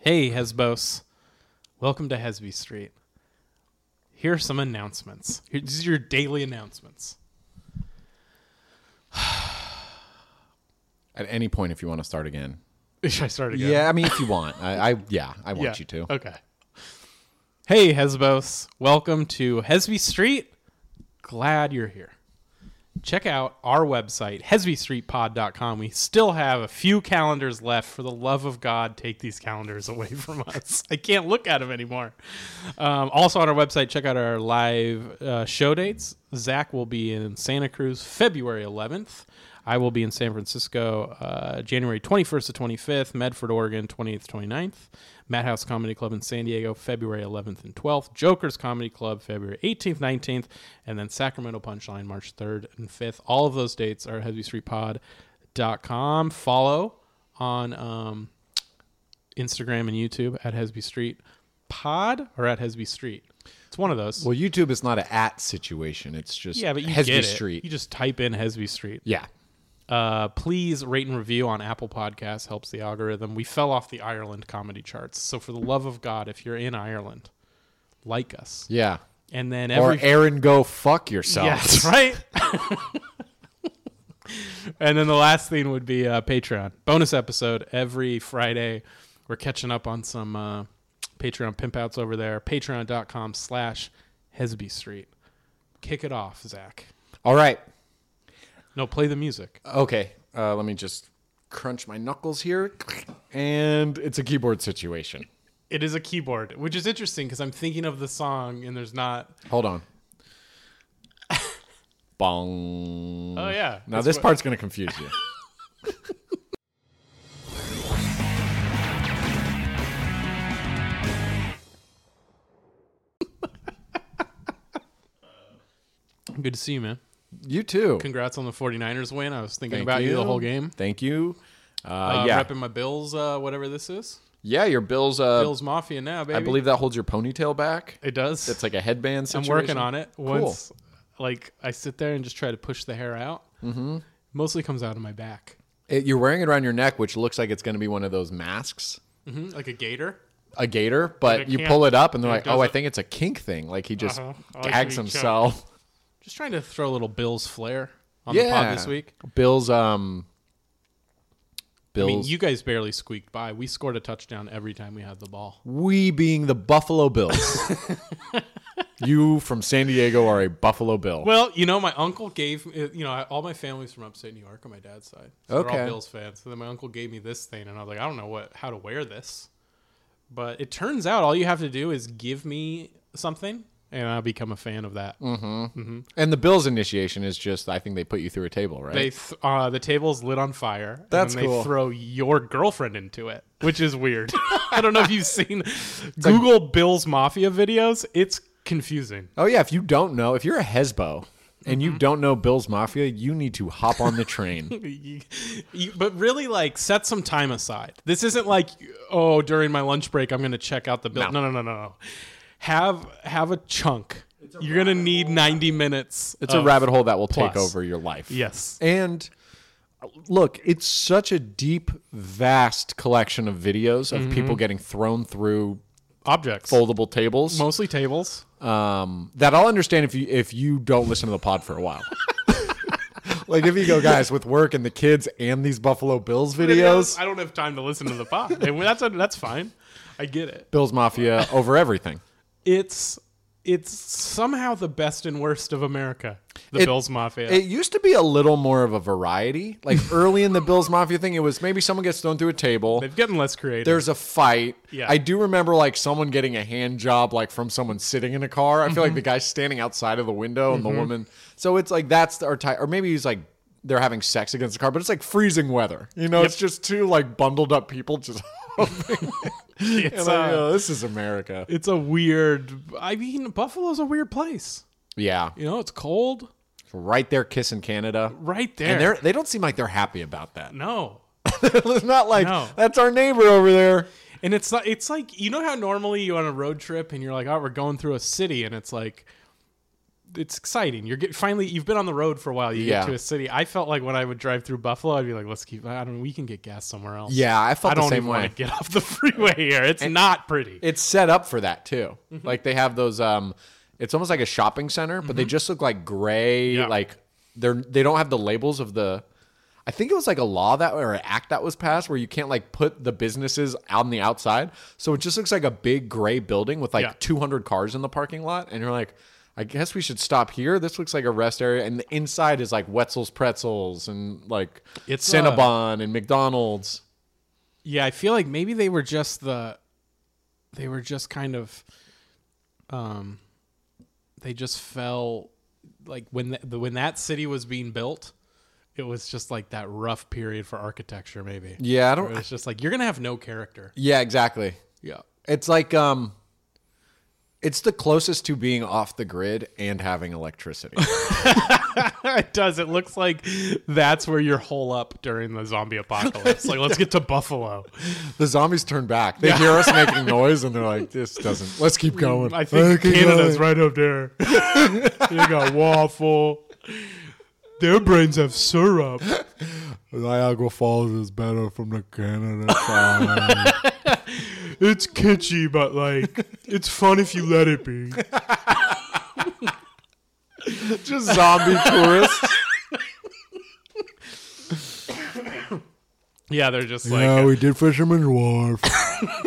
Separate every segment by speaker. Speaker 1: Hey, Hesbos. Welcome to Hesby Street. Here are some announcements. Here- These are your daily announcements.
Speaker 2: At any point, if you want to start again.
Speaker 1: Should I start again?
Speaker 2: Yeah, I mean, if you want, I, I yeah, I want
Speaker 1: Yeah. Uh,
Speaker 2: you to.
Speaker 1: Okay. Hey, Hesbos. Welcome to Hesby Street. Glad you're here. Check out our website, hesbystreetpod.com. We still have a few calendars left. For the love of God, take these calendars away from us. I can't look at them anymore. Um, also, on our website, check out our live uh, show dates. Zach will be in Santa Cruz February 11th. I will be in San Francisco uh, January 21st to 25th, Medford, Oregon 28th, 29th, Madhouse Comedy Club in San Diego February 11th and 12th, Joker's Comedy Club February 18th, 19th, and then Sacramento Punchline March 3rd and 5th. All of those dates are heavystreetpod.com. Follow on um, Instagram and YouTube at Hesby Street Pod or at Hesby Street. It's one of those.
Speaker 2: Well, YouTube is not an at situation. It's just
Speaker 1: yeah, but you
Speaker 2: Hesby
Speaker 1: get it.
Speaker 2: Street.
Speaker 1: You just type in Hesby Street.
Speaker 2: yeah,
Speaker 1: Uh, please rate and review on Apple Podcasts helps the algorithm. We fell off the Ireland comedy charts, so for the love of God, if you're in Ireland, like us.
Speaker 2: yeah.
Speaker 1: And then
Speaker 2: Or
Speaker 1: every
Speaker 2: Aaron, go fuck yourself.
Speaker 1: Yes, right. and then the last thing would be uh, Patreon bonus episode every Friday. We're catching up on some uh, Patreon pimp outs over there. Patreon.com slash Hesby Street. Kick it off, Zach.
Speaker 2: All right.
Speaker 1: No, play the music.
Speaker 2: Okay. Uh, let me just crunch my knuckles here, and it's a keyboard situation.
Speaker 1: It is a keyboard, which is interesting because I'm thinking of the song and there's not.
Speaker 2: Hold on. Bong.
Speaker 1: Oh yeah.
Speaker 2: Mm. Now this part's gonna confuse you.
Speaker 1: Good to see you, man.
Speaker 2: You too.
Speaker 1: Congrats on the 49ers win. I was thinking
Speaker 2: Thank
Speaker 1: about you. the whole game.
Speaker 2: Thank you. Uh,
Speaker 1: Uh,
Speaker 2: yeah,
Speaker 1: Repping my Bills, uh, whatever this is.
Speaker 2: yeah. Your bills. Uh,
Speaker 1: Bills Mafia now, baby.
Speaker 2: I believe that holds your ponytail back.
Speaker 1: it does.
Speaker 2: It's like a headband
Speaker 1: I'm
Speaker 2: situation.
Speaker 1: working on it.
Speaker 2: Cool.
Speaker 1: Once, like I sit there and just try to push the hair out. Mm-hmm. Mostly comes out of my back,
Speaker 2: It- you're wearing it around your neck, which looks like it's going to be one of those masks,
Speaker 1: mm-hmm. like a gator.
Speaker 2: a gator. But
Speaker 1: it
Speaker 2: you
Speaker 1: can't-
Speaker 2: pull it up, and they're
Speaker 1: it
Speaker 2: like, "Oh, I
Speaker 1: doesn't-
Speaker 2: think it's a kink thing." Like he just
Speaker 1: Uh-huh. I like
Speaker 2: gags
Speaker 1: to be choked.
Speaker 2: himself.
Speaker 1: Just trying to throw a little Bills flair on the
Speaker 2: yeah.
Speaker 1: pod this week.
Speaker 2: Bills. Um.
Speaker 1: I
Speaker 2: Bills.
Speaker 1: mean, you guys barely squeaked by. We scored a touchdown every time we had the ball.
Speaker 2: we being the Buffalo Bills. you from San Diego are a Buffalo Bill.
Speaker 1: Well, you know, my uncle gave me- you know I- all my family's from upstate New York on my dad's side. So They're
Speaker 2: Okay.
Speaker 1: all Bills fans. So then my uncle gave me this thing, and I was like, I don't know what how to wear this, but it turns out all you have to do is give me something, and I'll become a fan of that.
Speaker 2: Mm-hmm. and the Bills initiation is just, I think they put you through a table, right?
Speaker 1: They th- uh, the table's lit on fire. and
Speaker 2: That's
Speaker 1: then they
Speaker 2: cool.
Speaker 1: throw your girlfriend into it, which is weird. I don't know if you've seen Google Bill's Mafia videos. It's confusing.
Speaker 2: Oh yeah, if you don't know, if you're a Hesbo and
Speaker 1: Mm-hmm.
Speaker 2: you don't know Bills Mafia, you need to hop on the train.
Speaker 1: You- you- but really, like, set some time aside. This isn't like, oh, during my lunch break, I'm going to check out the bill. No, no, no, no, no. Have have a chunk. You're going to need 90 minutes.
Speaker 2: It's a rabbit hole that will take
Speaker 1: plus.
Speaker 2: over your life.
Speaker 1: Yes.
Speaker 2: And uh, look, it's such a deep, vast collection of videos of
Speaker 1: Mm-hmm.
Speaker 2: people getting thrown through
Speaker 1: Objects.
Speaker 2: foldable tables.
Speaker 1: Mostly tables.
Speaker 2: Um, that I'll understand if you if you don't listen to the pod for a while. like if you go, guys, with work and the kids and these Buffalo Bills videos,
Speaker 1: I don't have time to listen to the pod. that's, that's fine. I get it.
Speaker 2: Bills Mafia over everything.
Speaker 1: it's it's somehow the best and worst of America. The
Speaker 2: It-
Speaker 1: Bills Mafia.
Speaker 2: It used to be a little more of a variety. Like early in the Bills Mafia thing, it was maybe someone gets thrown through a table.
Speaker 1: They've gotten less creative.
Speaker 2: There's a fight.
Speaker 1: Yeah.
Speaker 2: I do remember like someone getting a hand job like from someone sitting in a car. I feel like the
Speaker 1: Mm-hmm.
Speaker 2: guy's standing outside of the window and the woman. So it's like that's our type, or maybe he's like they're having sex against the car, but it's like freezing weather. You know, it's just two like bundled up people just.
Speaker 1: it's, uh,
Speaker 2: and
Speaker 1: a,
Speaker 2: like, oh, this is America.
Speaker 1: it's a weird. I mean, Buffalo's a weird place.
Speaker 2: Yeah,
Speaker 1: You know, it's cold
Speaker 2: right there, kissing Canada,
Speaker 1: right there.
Speaker 2: and they're they don't seem like they're happy about that.
Speaker 1: no,
Speaker 2: it's not like
Speaker 1: No.
Speaker 2: that's our neighbor over there.
Speaker 1: and it's like it's like you know how normally you're on a road trip and you're like, oh, we're going through a city, and it's like it's exciting. You're get, finally you've been on the road for a while. You
Speaker 2: Yeah.
Speaker 1: get to a city. I felt like when I would drive through Buffalo, I'd be like, let's keep. I don't. We can get gas somewhere else.
Speaker 2: Yeah, I felt
Speaker 1: I
Speaker 2: the
Speaker 1: don't
Speaker 2: same
Speaker 1: even
Speaker 2: way.
Speaker 1: want to get off the freeway here. It's not pretty.
Speaker 2: It's set up for that too.
Speaker 1: Mm-hmm.
Speaker 2: Like they have those. Um, it's almost like a shopping center, but they just look like gray.
Speaker 1: Mm-hmm. Yeah.
Speaker 2: Like they're they don't have the labels of the. I think it was like a law that or an act that was passed where you can't like put the businesses on the outside. So it just looks like a big gray building with like
Speaker 1: Yeah.
Speaker 2: 200 cars in the parking lot, and you're like. I guess we should stop here. This looks like a rest area, and the inside is like Wetzel's Pretzels and like
Speaker 1: It's, uh,
Speaker 2: Cinnabon and McDonald's.
Speaker 1: Yeah, I feel like maybe they were just the they were just kind of um they just fell like when th- the, when that city was being built, it was just like that rough period for architecture maybe.
Speaker 2: Yeah, I
Speaker 1: Where
Speaker 2: don't.
Speaker 1: It's just like you're going to have no character.
Speaker 2: Yeah, exactly.
Speaker 1: Yeah.
Speaker 2: It's like um it's the closest to being off the grid and having electricity.
Speaker 1: it does. It looks like that's where you're hole up during the zombie apocalypse. like let's get to Buffalo.
Speaker 2: the zombies turn back. They hear us making noise and they're like, this doesn't. Let's keep going.
Speaker 1: I think
Speaker 2: Let's keep
Speaker 1: Canada's
Speaker 2: going."
Speaker 1: right up there. you got waffle. Their brains have syrup.
Speaker 3: Niagara Falls is better from the Canada side.
Speaker 1: It's kitschy, but like it's fun if you let it be.
Speaker 2: Just zombie tourists.
Speaker 1: Yeah, they're just like
Speaker 3: yeah, we did Fisherman's Wharf.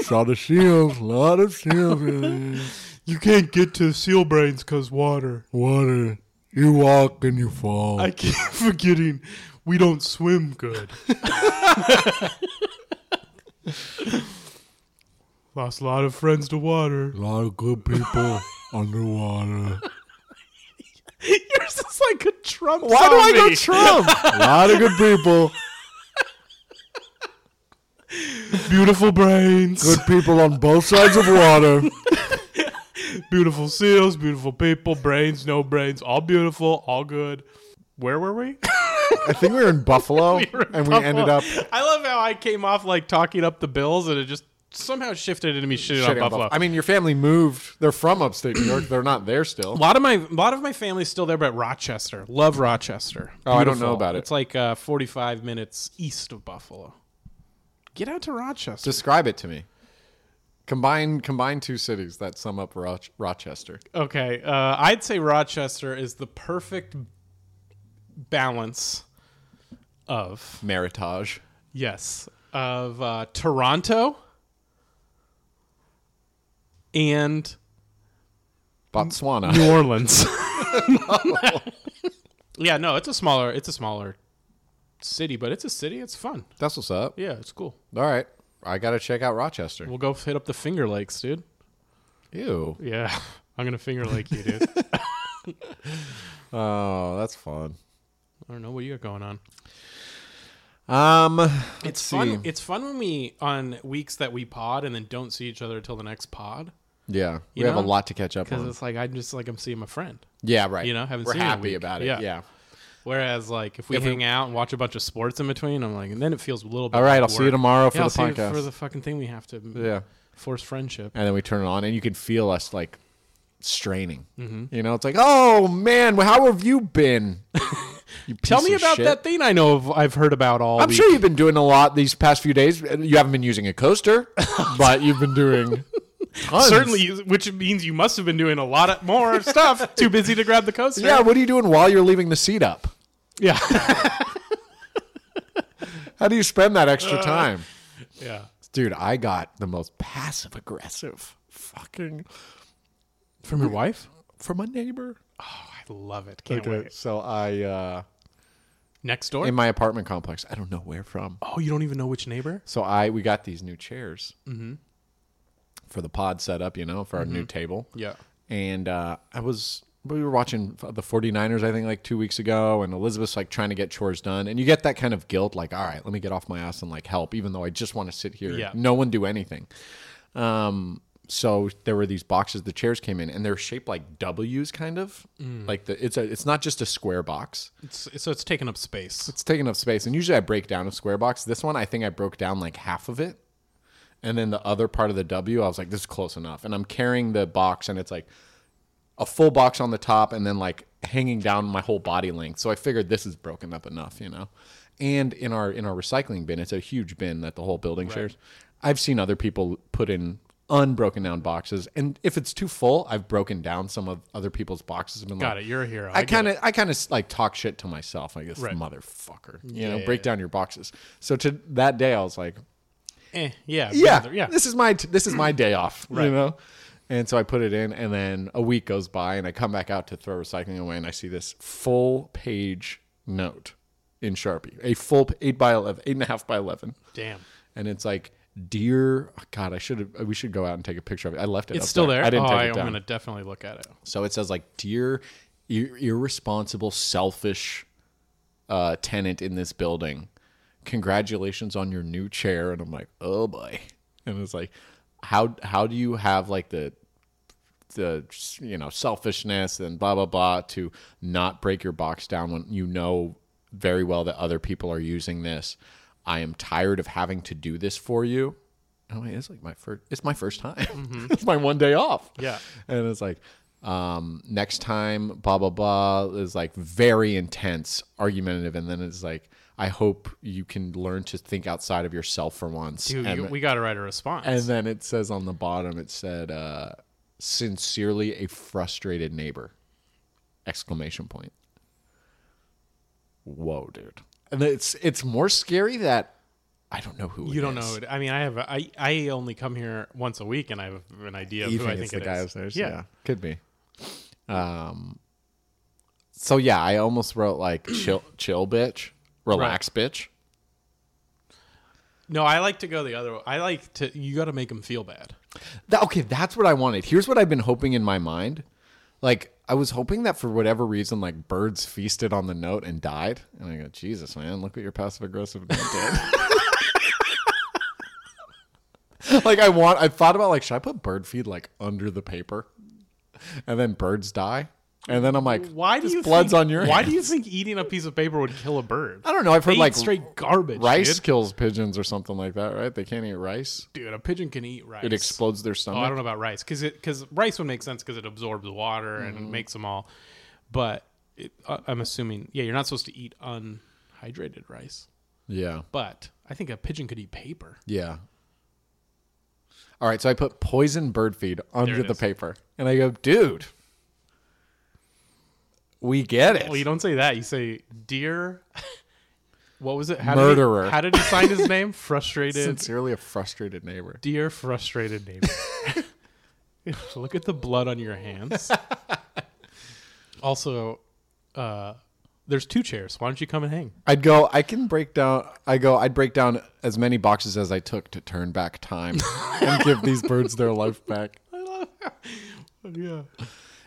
Speaker 3: Saw the seals, lot of seals. in there.
Speaker 1: you can't get to seal brains cause water.
Speaker 3: Water. You walk and you fall.
Speaker 1: I keep forgetting we don't swim good. Lost a lot of friends to water.
Speaker 3: a lot of good people underwater.
Speaker 1: Yours is like a Trump.
Speaker 2: Why do I go
Speaker 1: zombie.
Speaker 2: Trump?
Speaker 3: A lot of good people.
Speaker 1: Beautiful brains,
Speaker 3: Good people on both sides of water.
Speaker 1: beautiful seals, beautiful people, brains, no brains, all beautiful, all good. Where were we?
Speaker 2: I think we were in Buffalo and we ended up.
Speaker 1: I love how I came off like talking up the Bills, and it just somehow shifted into me shitting,
Speaker 2: shitting
Speaker 1: on
Speaker 2: on
Speaker 1: Buffalo.
Speaker 2: I mean, your family moved. They're from upstate New York. They're not there
Speaker 1: a
Speaker 2: still.
Speaker 1: lot of my a lot of my family's still there, but Rochester. Love Rochester.
Speaker 2: Oh, I don't
Speaker 1: Beautiful.
Speaker 2: know about it.
Speaker 1: It's like uh, 45 minutes east of Buffalo. Get out to Rochester.
Speaker 2: Describe it to me. Combine combine two cities that sum up Roch- Rochester.
Speaker 1: Okay, uh, I'd say Rochester is the perfect balance of
Speaker 2: Meritage.
Speaker 1: yes of uh, Toronto and
Speaker 2: Botswana.
Speaker 1: New Orleans. yeah, no, it's a smaller it's a smaller city, but it's a city. It's fun.
Speaker 2: That's what's up.
Speaker 1: Yeah, it's cool.
Speaker 2: All right. I got to check out Rochester.
Speaker 1: We'll go hit up the Finger Lakes, dude.
Speaker 2: Ew.
Speaker 1: Yeah, I'm gonna Finger Lake you, dude. I
Speaker 2: Oh, that's fun.
Speaker 1: don't know what you got going on.
Speaker 2: Um, let's
Speaker 1: It's
Speaker 2: see.
Speaker 1: fun. It's fun when we on weeks that we pod and then don't see each other till the next pod
Speaker 2: Yeah, we
Speaker 1: You
Speaker 2: have a
Speaker 1: know?
Speaker 2: lot to catch up
Speaker 1: because
Speaker 2: on.
Speaker 1: it's like I'm just like I'm seeing my friend.
Speaker 2: Yeah, right.
Speaker 1: you know, haven't
Speaker 2: we're
Speaker 1: seen you in a
Speaker 2: happy
Speaker 1: week.
Speaker 2: about it. Yeah.
Speaker 1: Yeah. Whereas like if we hang out and watch a bunch of sports in between, I'm like, and then it feels a little. bit
Speaker 2: All right,
Speaker 1: like
Speaker 2: I'll see you
Speaker 1: work.
Speaker 2: tomorrow for
Speaker 1: Yeah, I'll
Speaker 2: the
Speaker 1: see you
Speaker 2: podcast.
Speaker 1: for the fucking thing we have to
Speaker 2: yeah,
Speaker 1: force friendship.
Speaker 2: and then we turn it on, and you can feel us like straining.
Speaker 1: Mm-hmm.
Speaker 2: You know, it's like, oh man, how have you been? You
Speaker 1: Tell
Speaker 2: piece
Speaker 1: me
Speaker 2: of
Speaker 1: about
Speaker 2: shit.
Speaker 1: that thing I know of, I've heard about all
Speaker 2: I'm
Speaker 1: week.
Speaker 2: sure you've been doing a lot these past few days. You haven't been using a coaster, but you've been doing tons.
Speaker 1: Certainly, which means you must have been doing a lot of more stuff. Too busy to grab the coaster.
Speaker 2: Yeah. What are you doing while you're leaving the seat up?
Speaker 1: yeah,
Speaker 2: How do you spend that
Speaker 1: Uh.
Speaker 2: extra time?
Speaker 1: yeah.
Speaker 2: Dude, I got the most passive aggressive fucking
Speaker 1: From your wife?
Speaker 2: from a neighbor.
Speaker 1: I love it. Can't wait.
Speaker 2: So I uh
Speaker 1: Next door.
Speaker 2: in my apartment complex, I don't know where from.
Speaker 1: oh, you don't even know which neighbor?
Speaker 2: So I we got these new chairs for the pod setup, you know, for our new table.
Speaker 1: Yeah.
Speaker 2: And uh I was we were watching the 49ers I think like 2 weeks ago and Elizabeth's like trying to get chores done and you get that kind of guilt like all right, let me get off my ass and like help even though I just want to sit here.
Speaker 1: Yeah.
Speaker 2: No one do anything. Um, so there were these boxes. The chairs came in, and they're shaped like W's, kind of like the. It's a. It's not just a square box.
Speaker 1: It's, so it's taking up space.
Speaker 2: It's taking up space, and usually I break down a square box. This one, I think I broke down like half of it, and then the other part of the W, I was like, this is close enough, and I'm carrying the box, and it's like. a full box on the top and then like hanging down my whole body length. So I figured this is broken up enough, you know. And in our in our recycling bin, it's a huge bin that the whole building shares. I've seen other people put in unbroken down boxes, and if it's too full, I've broken down some of other people's boxes. And been
Speaker 1: Got
Speaker 2: like,
Speaker 1: it. You're a hero.
Speaker 2: I
Speaker 1: Oh, get
Speaker 2: kind of, I kind of like talk shit to myself, like this
Speaker 1: Right.
Speaker 2: motherfucker. You
Speaker 1: Yeah.
Speaker 2: know, break down your boxes. So to that day, I was like,
Speaker 1: it. Eh, yeah.
Speaker 2: yeah,
Speaker 1: brother,
Speaker 2: This is my this is my day off,
Speaker 1: Right.
Speaker 2: you know. And so I put it in, and then a week goes by, and I come back out to throw recycling away, and I see this full page note in Sharpie, a full p- eight by eleven, eight and a half by eleven,
Speaker 1: Damn.
Speaker 2: and it's like, dear oh God, I should have, we should go out and take a picture of it. I left it.
Speaker 1: It's
Speaker 2: up
Speaker 1: still there.
Speaker 2: I didn't
Speaker 1: oh,
Speaker 2: take
Speaker 1: I,
Speaker 2: it down.
Speaker 1: am gonna definitely look at it.
Speaker 2: So it says like, dear ir- irresponsible, selfish uh, tenant in this building, congratulations on your new chair. And I'm like, oh boy. And it's like, how how do you have like the the you know selfishness and blah blah blah to not break your box down when you know very well that other people are using this. I am tired of having to do this for you. Oh, wait, it's like my first. It's my first time. it's my one day off.
Speaker 1: Yeah.
Speaker 2: and it's like, um, next time, blah blah blah is like very intense, argumentative, and then it's like, I hope you can learn to think outside of yourself for once.
Speaker 1: Dude,
Speaker 2: and
Speaker 1: you, we got to write a response.
Speaker 2: and then it says on the bottom, it said, uh, "Sincerely, a frustrated neighbor!" Exclamation point. Whoa, dude! And it's it's more scary that I don't know who it
Speaker 1: you don't
Speaker 2: is.
Speaker 1: know. I mean, I have. a- I I only come here once a week, and I have an idea of
Speaker 2: You
Speaker 1: who
Speaker 2: think
Speaker 1: I
Speaker 2: it's
Speaker 1: think
Speaker 2: the
Speaker 1: it
Speaker 2: guy
Speaker 1: is.
Speaker 2: upstairs?
Speaker 1: Yeah.
Speaker 2: could be. Um. So yeah, I almost wrote like chill, chill, bitch, relax, bitch.
Speaker 1: No, I like to go the other way. I like to. You got to make them feel bad.
Speaker 2: That, okay, that's what I wanted. Here's what I've been hoping in my mind. Like, I was hoping that for whatever reason, like birds feasted on the note and died. And I go, Jesus, man, look what your passive aggressive note did. like, I want, I thought about, like, should I put bird feed like under the paper? And then birds die? And then I'm like,
Speaker 1: Why do
Speaker 2: this
Speaker 1: you
Speaker 2: blood's
Speaker 1: think,
Speaker 2: on your
Speaker 1: Why
Speaker 2: hands.
Speaker 1: do you think eating a piece of paper would kill a bird?
Speaker 2: I don't know. I've
Speaker 1: They
Speaker 2: heard
Speaker 1: eat
Speaker 2: like
Speaker 1: straight garbage.
Speaker 2: rice
Speaker 1: dude.
Speaker 2: kills pigeons or something like that, right? They can't eat rice.
Speaker 1: dude. A pigeon can eat rice.
Speaker 2: It explodes their
Speaker 1: Oh, I
Speaker 2: stomach.
Speaker 1: don't know about rice because it because rice would make sense because it absorbs water and it makes them all. But it, uh, I'm assuming, yeah, you're not supposed to eat unhydrated rice.
Speaker 2: yeah.
Speaker 1: But I think a pigeon could eat paper.
Speaker 2: Yeah. All right, so I put poison bird feed under
Speaker 1: it
Speaker 2: the
Speaker 1: is.
Speaker 2: paper, and I go, dude, we get it.
Speaker 1: Well, you don't say that. You say, "Dear," what was it? How Did
Speaker 2: Murderer.
Speaker 1: he, how did he sign his name? Frustrated.
Speaker 2: Sincerely, a frustrated neighbor.
Speaker 1: Dear frustrated neighbor. Look at the blood on your hands. also, uh, there's two chairs. Why don't you come and hang?
Speaker 2: I'd go. I can break down. I go. I'd break down as many boxes as I took to turn back time and give these birds their life back.
Speaker 1: Yeah.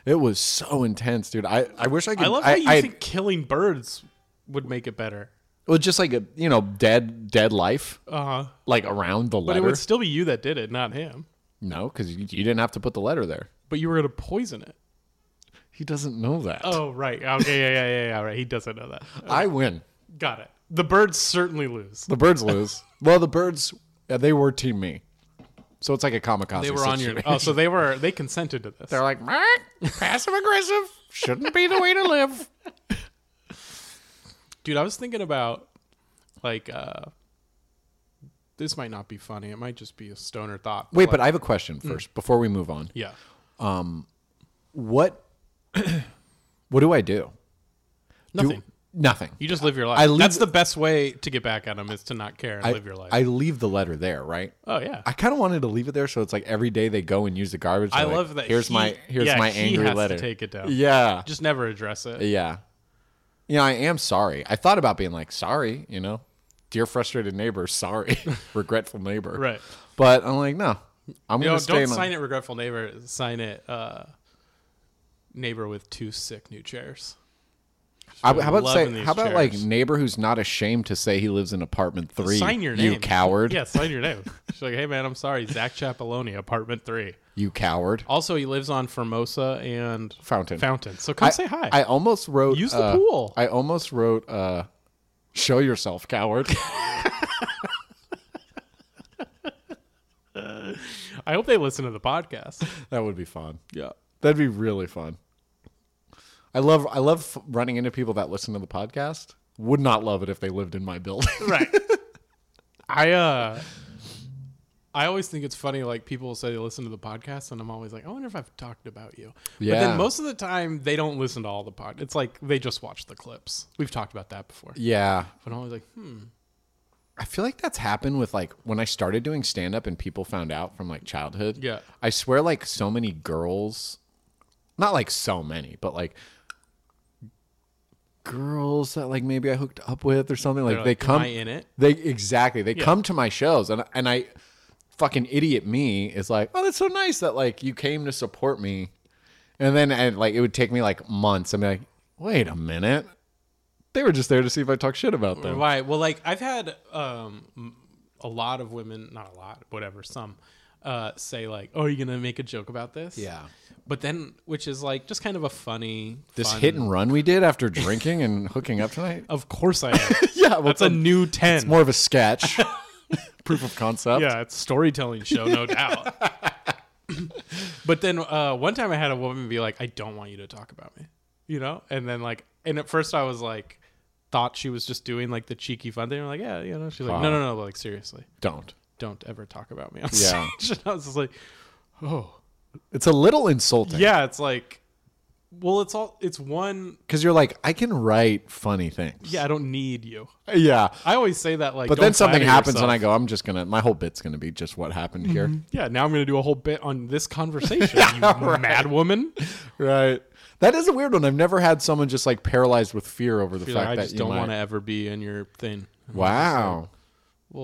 Speaker 2: It was so intense, dude. I, I wish I could.
Speaker 1: I love how you
Speaker 2: I-
Speaker 1: think killing birds would make it better.
Speaker 2: it was just like a you know dead dead life
Speaker 1: Uh huh.
Speaker 2: like around the
Speaker 1: But it
Speaker 2: letter.
Speaker 1: would still be you that did it, not him.
Speaker 2: No, because you, you didn't have to put the letter there.
Speaker 1: But you were gonna poison it.
Speaker 2: He doesn't know that.
Speaker 1: Oh right. Okay. Yeah. Yeah. Yeah. Yeah. Right. He doesn't know that.
Speaker 2: I win.
Speaker 1: Got it. The birds certainly lose.
Speaker 2: The birds lose. well, the birds yeah, they were team me, so it's like a kamikaze.
Speaker 1: They were on your.
Speaker 2: situation.
Speaker 1: Oh, so they were. They consented to this.
Speaker 2: They're like passive aggressive shouldn't be the way to live.
Speaker 1: Dude, I was thinking about like uh this might not be funny. It might just be a stoner thought.
Speaker 2: Wait,
Speaker 1: like-
Speaker 2: but I have a question first before we move on.
Speaker 1: yeah.
Speaker 2: What? what do I do? Do-
Speaker 1: Nothing.
Speaker 2: nothing.
Speaker 1: you just live your life.
Speaker 2: I leave-
Speaker 1: That's the best way to get back at them is to not care and
Speaker 2: I,
Speaker 1: live your life.
Speaker 2: I leave the letter there, right?
Speaker 1: oh yeah.
Speaker 2: I kind of wanted to leave it there, so it's like every day they go and use the garbage.
Speaker 1: I
Speaker 2: they're like,
Speaker 1: love that
Speaker 2: Here's
Speaker 1: he-
Speaker 2: my here's
Speaker 1: yeah,
Speaker 2: my
Speaker 1: he
Speaker 2: angry
Speaker 1: has to
Speaker 2: letter.
Speaker 1: take it down.
Speaker 2: Yeah,
Speaker 1: just never address it.
Speaker 2: Yeah. You know, I am sorry. I thought about being like, sorry, you know, dear frustrated neighbor, sorry, regretful neighbor.
Speaker 1: Right.
Speaker 2: But I'm like, no, I'm
Speaker 1: No,
Speaker 2: going to stay
Speaker 1: don't
Speaker 2: in
Speaker 1: sign it regretful neighbor. Sign it uh neighbor with two sick new chairs.
Speaker 2: I, how about
Speaker 1: loving
Speaker 2: say,
Speaker 1: these
Speaker 2: how about like
Speaker 1: chairs.
Speaker 2: neighbor who's not ashamed to say he lives in apartment three?
Speaker 1: Sign your
Speaker 2: You
Speaker 1: name.
Speaker 2: coward.
Speaker 1: Yeah, sign your name. She's like, "Hey man, I'm sorry. Zach Chapeloni, apartment 3."
Speaker 2: You coward.
Speaker 1: Also, he lives on Formosa and
Speaker 2: Fountain.
Speaker 1: Fountain. So come
Speaker 2: I,
Speaker 1: say hi.
Speaker 2: I almost wrote.
Speaker 1: Use the
Speaker 2: uh,
Speaker 1: pool.
Speaker 2: I almost wrote, uh, show yourself, coward.
Speaker 1: I hope they listen to the podcast.
Speaker 2: that would be fun.
Speaker 1: Yeah.
Speaker 2: That'd be really fun. I love I love running into people that listen to the podcast. Would not love it if they lived in my building.
Speaker 1: right i uh i always think it's funny like people will say they listen to the podcast and i'm always like i wonder if i've talked about you but
Speaker 2: Yeah.
Speaker 1: then most of the time they don't listen to all the pod it's like they just watch the clips we've talked about that before
Speaker 2: yeah.
Speaker 1: but i'm always like hmm
Speaker 2: I feel like that's happened with like when I started doing stand up and people found out from like childhood.
Speaker 1: Yeah.
Speaker 2: I swear like so many girls not like so many, but like girls that like maybe I hooked up with or something like
Speaker 1: They're
Speaker 2: they
Speaker 1: like,
Speaker 2: come
Speaker 1: "Am I in it?"
Speaker 2: They exactly. They come to my shows and and I fucking idiot me is like, "Oh, that's so nice that like you came to support me." And then and like it would take me like months. I'm like, "Wait a minute. They were just there to see if I talk shit about them."
Speaker 1: Why? Well, like I've had um, m- a lot of women, not a lot, whatever, some uh, say like, "Oh, are you gonna make a joke about this?"
Speaker 2: Yeah.
Speaker 1: But then, which is like just kind of a funny
Speaker 2: This
Speaker 1: fun-
Speaker 2: hit and run we did after drinking and hooking up tonight.
Speaker 1: Of course, I am.
Speaker 2: Yeah, well,
Speaker 1: That's a new ten.
Speaker 2: it's more of a sketch, proof of concept.
Speaker 1: yeah, it's a storytelling show, no doubt. but then uh, one time I had a woman be like, "I don't want you to talk about me," you know, and then like, and at first I was like, thought she was just doing like the cheeky fun thing. I'm like, yeah, you know, she's like, no, no, no, like seriously.
Speaker 2: Don't.
Speaker 1: don't ever talk about me on
Speaker 2: Yeah.
Speaker 1: stage. And I was just like, oh,
Speaker 2: It's a little insulting.
Speaker 1: yeah. It's like, well, it's all it's one.
Speaker 2: because you're like, I can write funny things.
Speaker 1: Yeah, I don't need you.
Speaker 2: yeah.
Speaker 1: I always say that like,
Speaker 2: But
Speaker 1: don't
Speaker 2: then something
Speaker 1: flatter
Speaker 2: happens, and I
Speaker 1: yourself. Mm-hmm.
Speaker 2: go, I'm just gonna. My whole bit's gonna be just what happened here.
Speaker 1: yeah. Now I'm gonna do a whole bit on this conversation. you mad woman.
Speaker 2: Right. That is a weird one. I've never had someone just like paralyzed with fear over the
Speaker 1: You're
Speaker 2: fact
Speaker 1: like, I
Speaker 2: that
Speaker 1: just
Speaker 2: you
Speaker 1: don't
Speaker 2: might.
Speaker 1: want to ever be in your thing.
Speaker 2: Wow.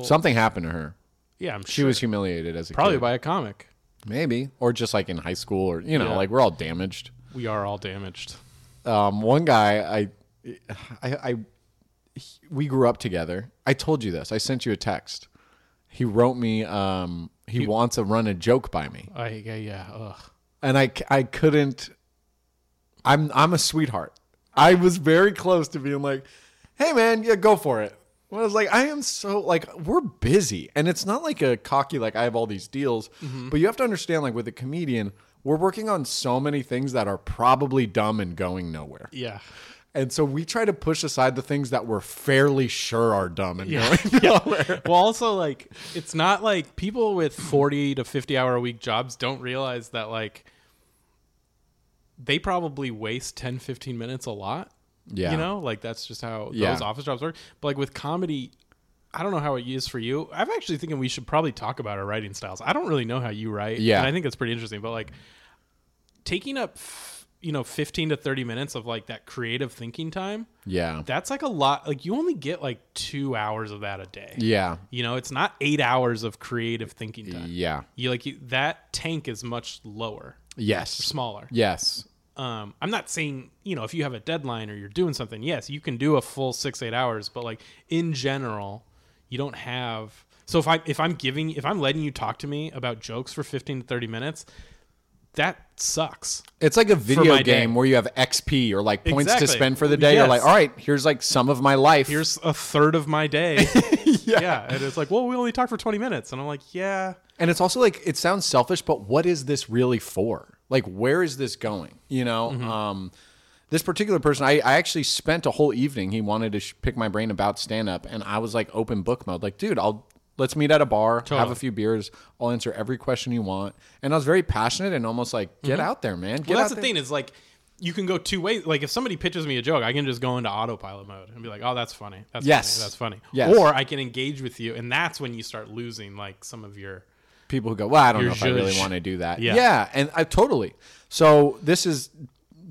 Speaker 2: something happened to her.
Speaker 1: Yeah, I'm sure.
Speaker 2: She was humiliated as a
Speaker 1: probably
Speaker 2: kid.
Speaker 1: by a comic.
Speaker 2: maybe or just like in high school or you know
Speaker 1: Yeah.
Speaker 2: like we're all damaged.
Speaker 1: We are all damaged.
Speaker 2: um, one guy I, I, I, he- we grew up together. I told you this. I sent you a text. He wrote me. Um, he wants to run a joke by me,
Speaker 1: I yeah yeah. Ugh.
Speaker 2: and I, c- I couldn't. I'm, I'm a sweetheart. I was very close to being like, "Hey, man, yeah, go for it." Well, I was like, I am so like we're busy, and it's not like a cocky like I have all these deals,
Speaker 1: Mm-hmm.
Speaker 2: but you have to understand like with a comedian, we're working on so many things that are probably dumb and going nowhere.
Speaker 1: Yeah.
Speaker 2: And so we try to push aside the things that we're fairly sure are dumb and going nowhere.
Speaker 1: well also like it's not like people with 40 to 50 hour a week jobs don't realize that like they probably waste 10 15 minutes a lot
Speaker 2: Yeah.
Speaker 1: you know like that's just how
Speaker 2: Yeah.
Speaker 1: those office jobs work but like with comedy i don't know how it is for you i'm actually thinking we should probably talk about our writing styles i don't really know how you write
Speaker 2: Yeah.
Speaker 1: and i think that's pretty interesting but like taking up f- you know 15 to 30 minutes of like that creative thinking time
Speaker 2: Yeah.
Speaker 1: that's like a lot like you only get like two hours of that a day
Speaker 2: Yeah.
Speaker 1: you know, it's not eight hours of creative thinking time.
Speaker 2: Yeah.
Speaker 1: You like you, that tank is much lower,
Speaker 2: Yes.
Speaker 1: smaller.
Speaker 2: Yes.
Speaker 1: Um, I'm not saying you know if you have a deadline or you're doing something, yes, you can do a full six eight hours, but like in general, you don't have. So if I if I'm giving if I'm letting you talk to me about jokes for 15 to 30 minutes, that sucks.
Speaker 2: It's like a video
Speaker 1: my day.
Speaker 2: game where you have XP or like points
Speaker 1: Exactly.
Speaker 2: to spend for the day. You're like,
Speaker 1: Yes.
Speaker 2: all right, here's like some of my life.
Speaker 1: Here's a third of my day. yeah. and it's like, well, we only talked for 20 minutes, and I'm like, yeah,
Speaker 2: and it's also like it sounds selfish, but what is this really for? Like, where is this going? You know,
Speaker 1: Mm-hmm.
Speaker 2: um, this particular person, I, I actually spent a whole evening. He wanted to sh- pick my brain about stand up, and I was like open book mode. Like, dude, I'll let's meet at a bar, have a few beers. I'll answer every question you want. And I was very passionate and almost like, get out there, man. Get
Speaker 1: Mm-hmm. Well, that's
Speaker 2: out
Speaker 1: the
Speaker 2: there.
Speaker 1: thing is like you can go two ways. Like if somebody pitches me a joke, I can just go into autopilot mode and be like, "Oh, that's funny. That's
Speaker 2: Yes.
Speaker 1: funny. that's funny."
Speaker 2: Yes.
Speaker 1: Or I can engage with you, and that's when you start losing like some of your.
Speaker 2: people who go, well, I don't
Speaker 1: You're
Speaker 2: know if I really
Speaker 1: judged.
Speaker 2: want to do that. Yeah.
Speaker 1: Yeah.
Speaker 2: and I totally. So this is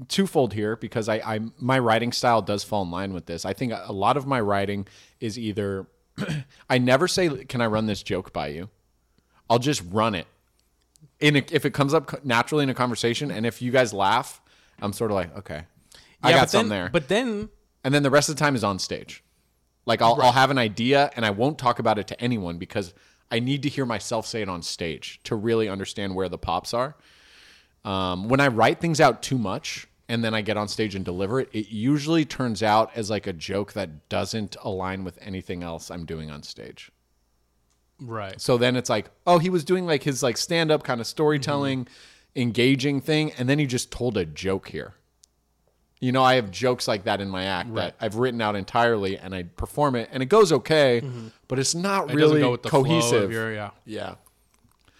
Speaker 2: twofold here because I, I my writing style does fall in line with this. I think a lot of my writing is either I never say, "Can I run this joke by you?" I'll just run it. In a, if it comes up co- naturally in a conversation, and if you guys laugh, I'm sort of like, okay,
Speaker 1: Yeah, but
Speaker 2: I got
Speaker 1: then-
Speaker 2: some there.
Speaker 1: But then
Speaker 2: And then the rest of the time is on stage. Like I'll, I'll have an idea and I won't talk about it to anyone because I need to hear myself say it on stage to really understand where the pops are. Um, when I write things out too much and then I get on stage and deliver it, it usually turns out as like a joke that doesn't align with anything else I'm doing on stage.
Speaker 1: right,
Speaker 2: So then it's like, oh, he was doing like his like stand up kind of storytelling.
Speaker 1: Mm-hmm.
Speaker 2: engaging thing, and then he just told a joke here. You know, I have jokes like that in my act that I've written out entirely, and I perform it, and it goes okay, but it's not
Speaker 1: Mm-hmm. It doesn't
Speaker 2: really
Speaker 1: go with the flow of
Speaker 2: cohesive.
Speaker 1: your- yeah.
Speaker 2: yeah.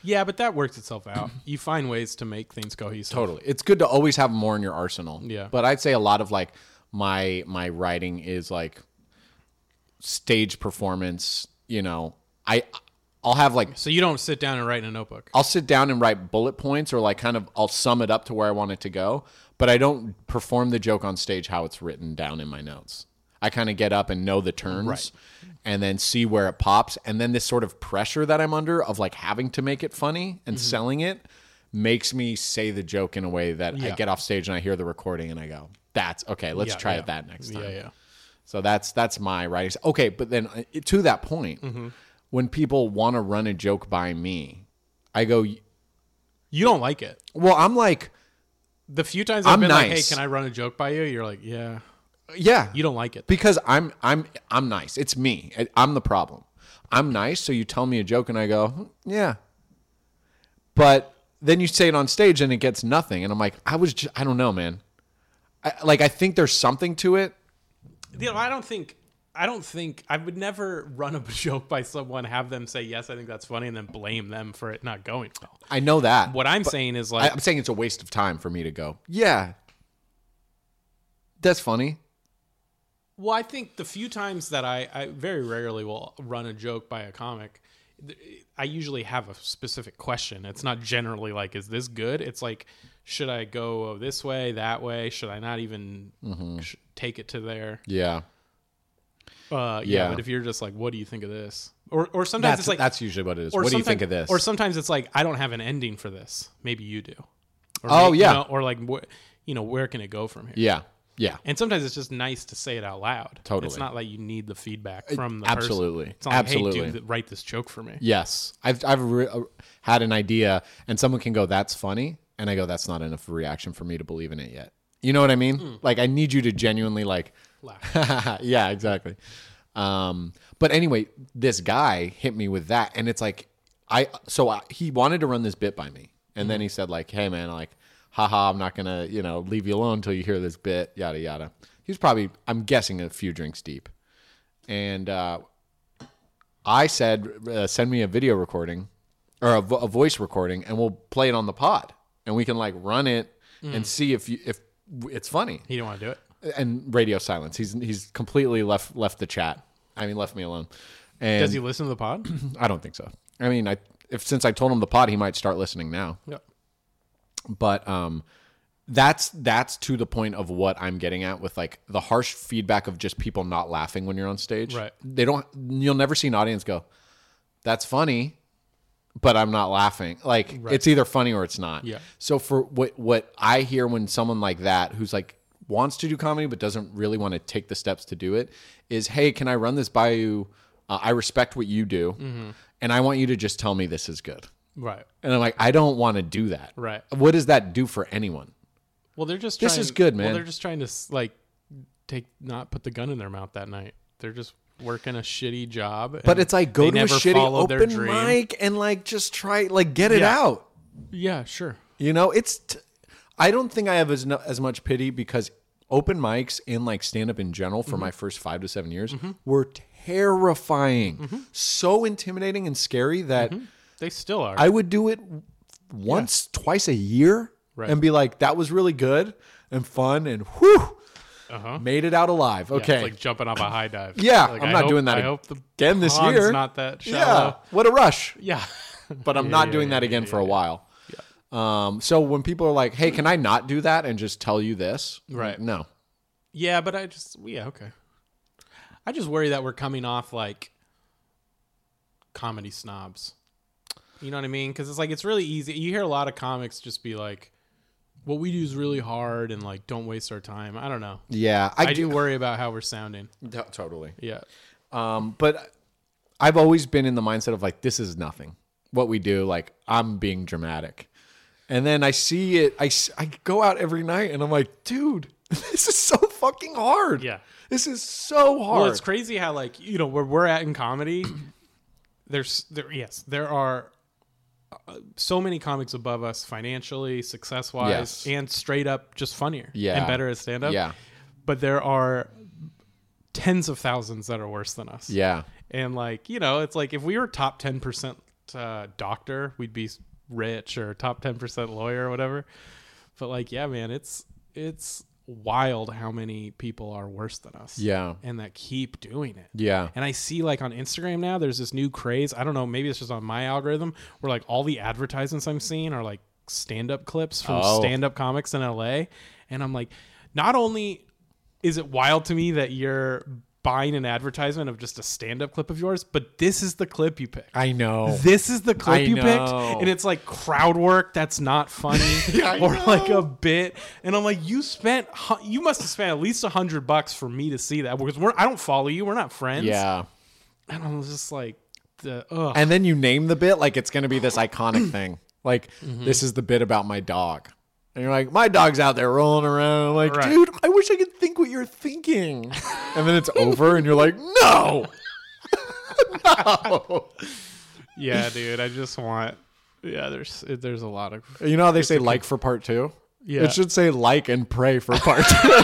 Speaker 1: Yeah, but that works itself out. You find ways to make things cohesive.
Speaker 2: Totally. It's good to always have more in your arsenal.
Speaker 1: Yeah.
Speaker 2: But I'd say a lot of like my my writing is like stage performance, you know. I I'll have like
Speaker 1: So you don't sit down and write in a notebook.
Speaker 2: I'll sit down and write bullet points or like kind of I'll sum it up to where I want it to go, but I don't perform the joke on stage how it's written down in my notes. I kind of get up and know the turns and then see where it pops and then this sort of pressure that I'm under of like having to make it funny
Speaker 1: Mm-hmm.
Speaker 2: and selling it makes me say the joke in a way that I
Speaker 1: Yeah.
Speaker 2: get off stage and I hear the recording and I go, that's okay, let's
Speaker 1: Yeah,
Speaker 2: try
Speaker 1: yeah.
Speaker 2: it that next time.
Speaker 1: Yeah, yeah.
Speaker 2: So that's that's my writing. Okay, but then uh, to that point,
Speaker 1: Mm-hmm.
Speaker 2: when people want to run a joke by me, I go,
Speaker 1: You don't like it.
Speaker 2: well, I'm like,
Speaker 1: The few times I've
Speaker 2: I'm
Speaker 1: been like, "Hey,
Speaker 2: nice.
Speaker 1: can I run a joke by you?" You're like, "Yeah."
Speaker 2: yeah,
Speaker 1: You don't like it.
Speaker 2: because I'm I'm I'm nice. It's me. I- I'm the problem. I'm nice. So you tell me a joke, and I go, "Hmm, yeah. But then you say it on stage, and it gets nothing. And I'm like, I was, just, I don't know, man. I, like, I think there's something to it.
Speaker 1: You know, I don't think I don't think I would never run a joke by someone, have them say yes, I think that's funny, and then blame them for it not going well.
Speaker 2: I know that.
Speaker 1: What I'm saying is
Speaker 2: I,
Speaker 1: like,
Speaker 2: I'm saying it's a waste of time for me to go. Yeah, that's funny.
Speaker 1: well, I think the few times that I, I very rarely will run a joke by a comic, th- I usually have a specific question. It's not generally like, is this good? It's like, should I go this way, that way? Should I not even
Speaker 2: Mm-hmm.
Speaker 1: sh- take it to there?
Speaker 2: Yeah,
Speaker 1: Uh, yeah,
Speaker 2: Yeah.
Speaker 1: But if you're just like, what do you think of this? Or, or sometimes
Speaker 2: that's
Speaker 1: it's like,
Speaker 2: that's usually what it is.
Speaker 1: or
Speaker 2: What do you
Speaker 1: sometime-
Speaker 2: think of this?
Speaker 1: Or sometimes it's like I don't have an ending for this. Maybe you do. Or
Speaker 2: Oh,
Speaker 1: may-
Speaker 2: yeah.
Speaker 1: you know, or like wh- you know where can it go from here?
Speaker 2: yeah, yeah.
Speaker 1: And sometimes it's just nice to say it out loud.
Speaker 2: Totally. Uh,
Speaker 1: It's not like you need the feedback from the
Speaker 2: absolutely.
Speaker 1: person. It's not like, Hey,
Speaker 2: Absolutely.
Speaker 1: dude, th- write this joke for me.
Speaker 2: Yes, I've I've re- uh, had an idea, and someone can go, "That's funny," and I go, "That's not enough reaction for me to believe in it yet." You know what I mean? Like, I need you to genuinely like, yeah, exactly. Um, but anyway, this guy hit me with that, and it's like, I so I, he wanted to run this bit by me, and then he said like, "Hey, man, like, haha, I'm not gonna you know leave you alone until you hear this bit, yada yada." He was probably, I'm guessing, a few drinks deep, and uh, I said, uh, send me a video recording or a, vo- a voice recording, and we'll play it on the pod, and we can like run it
Speaker 1: Mm.
Speaker 2: and see if you if it's funny.
Speaker 1: He didn't want to do it.
Speaker 2: And radio silence. He's he's completely left left the chat. I mean, left me alone. And
Speaker 1: Does he listen to the pod?
Speaker 2: I don't think so. I mean, I if since I told him the pod, he might start listening now
Speaker 1: yeah.
Speaker 2: but um that's that's to the point of what I'm getting at with like the harsh feedback of just people not laughing when you're on stage.
Speaker 1: Right.
Speaker 2: They don't you'll never see an audience go, That's funny, but I'm not laughing. Like it's either funny or it's not.
Speaker 1: Yeah.
Speaker 2: So for what what I hear when someone like that who's like wants to do comedy but doesn't really want to take the steps to do it is hey, can I run this by you? Uh, I respect what you do,
Speaker 1: Mm-hmm.
Speaker 2: and I want you to just tell me this is good.
Speaker 1: Right.
Speaker 2: And I'm like, I don't want to do that.
Speaker 1: Right.
Speaker 2: What does that do for anyone?
Speaker 1: Well, they're just
Speaker 2: This
Speaker 1: trying,
Speaker 2: is good,
Speaker 1: Well,
Speaker 2: man.
Speaker 1: they're just trying to s- like take not put the gun in their mouth that night. They're just working a shitty job.
Speaker 2: But
Speaker 1: and
Speaker 2: it's like go
Speaker 1: they
Speaker 2: to a
Speaker 1: never
Speaker 2: shitty
Speaker 1: followed their
Speaker 2: open
Speaker 1: dream.
Speaker 2: mic and like just try like get it
Speaker 1: Yeah.
Speaker 2: out.
Speaker 1: Yeah, sure.
Speaker 2: You know, it's. T- I don't think I have as no- as much pity because open mics and like stand up in general for
Speaker 1: Mm-hmm.
Speaker 2: my first five to seven years were terrifying,
Speaker 1: Mm-hmm.
Speaker 2: so intimidating and scary that
Speaker 1: They still are.
Speaker 2: I would do it once, twice a year,
Speaker 1: Right.
Speaker 2: and be like, "That was really good and fun," and whew,
Speaker 1: Uh-huh.
Speaker 2: made it out alive.
Speaker 1: Yeah,
Speaker 2: Okay,
Speaker 1: it's like jumping off a high dive.
Speaker 2: Yeah,
Speaker 1: Like,
Speaker 2: I'm
Speaker 1: I
Speaker 2: not
Speaker 1: hope-
Speaker 2: doing that
Speaker 1: I hope the
Speaker 2: again this
Speaker 1: pond's
Speaker 2: year.
Speaker 1: Not that
Speaker 2: yeah,
Speaker 1: shallow.
Speaker 2: what a rush!
Speaker 1: Yeah,
Speaker 2: But I'm not doing that again for a while. Um, so when people are like, "Hey, can I not do that and just tell you this?"
Speaker 1: Right.
Speaker 2: No.
Speaker 1: yeah. But I just yeah okay. I just worry that we're coming off like comedy snobs. You know what I mean? Because it's like it's really easy. You hear a lot of comics just be like, "What we do is really hard," and like, "Don't waste our time." I don't know.
Speaker 2: Yeah, I,
Speaker 1: I do
Speaker 2: do.
Speaker 1: worry about how we're sounding.
Speaker 2: T- totally.
Speaker 1: Yeah,
Speaker 2: Um, but I've always been in the mindset of like, this is nothing. What we do, like, I'm being dramatic. And then I see it. I, s- I go out every night and I'm like, dude, this is so fucking hard.
Speaker 1: Yeah.
Speaker 2: This is so hard.
Speaker 1: Well, it's crazy how like you know where we're at in comedy. There's there yes there are uh, so many comics above us financially, success wise,
Speaker 2: Yes.
Speaker 1: and straight up just funnier
Speaker 2: Yeah.
Speaker 1: and better at stand up.
Speaker 2: Yeah.
Speaker 1: But there are tens of thousands that are worse than us.
Speaker 2: Yeah.
Speaker 1: And like, you know, it's like if we were top 10% uh, doctor, we'd be rich or top 10% lawyer or whatever. But like, yeah, man, it's it's wild how many people are worse than us.
Speaker 2: Yeah.
Speaker 1: And that keep doing it.
Speaker 2: Yeah.
Speaker 1: And I see like on Instagram now, there's this new craze. I don't know, maybe it's just on my algorithm where like all the advertisements I'm seeing are like stand up clips from
Speaker 2: Oh.
Speaker 1: stand up comics in LA. And I'm like, not only is it wild to me that you're buying an advertisement of just a stand up clip of yours, but this is the clip you picked.
Speaker 2: I know.
Speaker 1: this is the clip
Speaker 2: I
Speaker 1: you picked,
Speaker 2: know.
Speaker 1: and it's like crowd work that's not funny,
Speaker 2: I
Speaker 1: or like
Speaker 2: know.
Speaker 1: a bit. And I'm like, you spent, hu- you must have spent at least a hundred bucks for me to see that because we're, I don't follow you, we're not friends.
Speaker 2: Yeah.
Speaker 1: And I was just like, the, ugh.
Speaker 2: And then you name the bit like it's going to be this iconic thing. Like this is the bit about my dog. And you're like, my dog's out there rolling around. I'm like,
Speaker 1: Right.
Speaker 2: dude, I wish I could think what you're thinking. and then it's over, and you're like, no. no.
Speaker 1: yeah, dude, I just want. Yeah, there's there's a lot of
Speaker 2: You know how they say like for part two?
Speaker 1: Yeah.
Speaker 2: It should say like and pray for part two.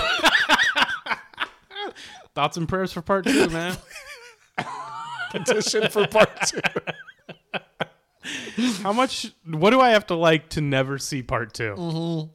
Speaker 1: thoughts and prayers for part two, man.
Speaker 2: Petition for part two.
Speaker 1: How much? What do I have to like to never see part 2
Speaker 2: No,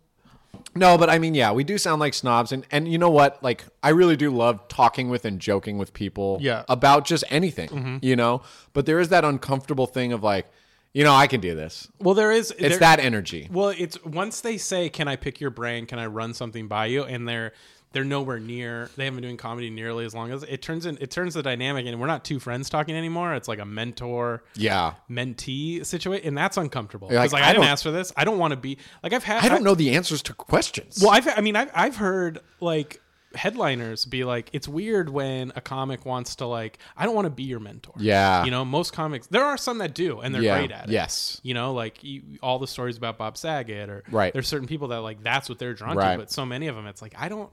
Speaker 2: but I mean, yeah, we do sound like snobs, and and you know what? Like, I really do love talking with and joking with people,
Speaker 1: Yeah.
Speaker 2: about just anything, you know. But there is that uncomfortable thing of like, you know, I can do this.
Speaker 1: Well, there is.
Speaker 2: It's
Speaker 1: there-
Speaker 2: that energy.
Speaker 1: Well, it's once they say, "Can I pick your brain? Can I run something by you?" and they're they're nowhere near. They haven't been doing comedy nearly as long as it turns in. It turns the dynamic, and we're not two friends talking anymore. It's like a mentor
Speaker 2: Yeah,
Speaker 1: mentee situation, and that's uncomfortable
Speaker 2: You're like,
Speaker 1: because like,
Speaker 2: I
Speaker 1: I, didn't
Speaker 2: don't-
Speaker 1: ask for this. I don't want to be like I've had.
Speaker 2: I don't know the answers to questions.
Speaker 1: Well, I've, I mean, I've, I've heard like headliners be like, it's weird when a comic wants to like, I don't want to be your mentor.
Speaker 2: Yeah.
Speaker 1: You know, most comics, there are some that do, and they're
Speaker 2: Yeah.
Speaker 1: great at it.
Speaker 2: Yes.
Speaker 1: You know, like you, all the stories about Bob Saget, or
Speaker 2: Right.
Speaker 1: there's certain people that like that's what they're drawn
Speaker 2: Right.
Speaker 1: to, but so many of them, it's like I don't,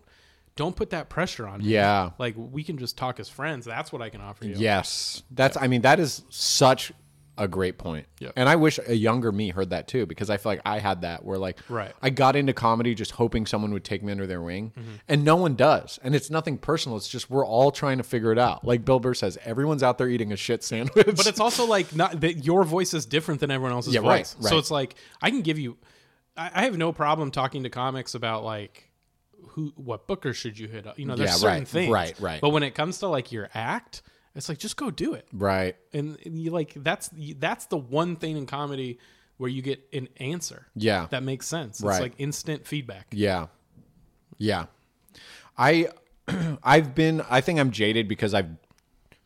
Speaker 1: don't put that pressure on me.
Speaker 2: Yeah.
Speaker 1: Like we can just talk as friends. That's what I can offer you.
Speaker 2: Yes. That's I mean that is such a great point.
Speaker 1: Yeah.
Speaker 2: And I wish a younger me heard that too because I feel like I had that where like
Speaker 1: Right. Mm-hmm.
Speaker 2: I got into comedy just hoping someone would take me under their wing and no one does. And it's nothing personal. It's just we're all trying to figure it out. Like Bill Burr says everyone's out there eating a shit sandwich.
Speaker 1: But it's also like not that your voice is different than everyone else's
Speaker 2: Yeah, right,
Speaker 1: voice.
Speaker 2: right.
Speaker 1: So it's like I can give you I, I have no problem talking to comics about like who what booker should you hit up. You know, there's
Speaker 2: Yeah,
Speaker 1: certain
Speaker 2: right,
Speaker 1: things.
Speaker 2: right, right.
Speaker 1: But when it comes to like your act, it's like just go do it.
Speaker 2: right.
Speaker 1: And, and you like that's that's the one thing in comedy where you get an answer.
Speaker 2: Yeah.
Speaker 1: That makes sense. It's
Speaker 2: Right.
Speaker 1: like instant feedback.
Speaker 2: Yeah. Yeah. I I've been I think I'm jaded because I've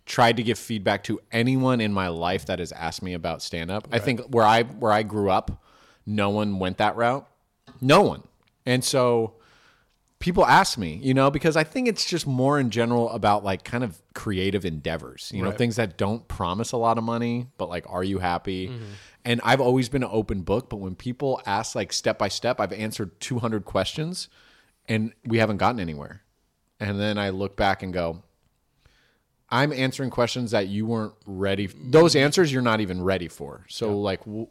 Speaker 2: tried to give feedback to anyone in my life that has asked me about stand up. I think where I where I grew up, no one went that route. No one. And so people ask me, you know, because I think it's just more in general about like kind of creative endeavors, you know,
Speaker 1: Right.
Speaker 2: things that don't promise a lot of money, but like, are you happy?
Speaker 1: Mm-hmm.
Speaker 2: And I've always been an open book, but when people ask like step by step, I've answered 200 questions and we haven't gotten anywhere. And then I look back and go, I'm answering questions that you weren't ready. Those answers you're not even ready for. So like, w-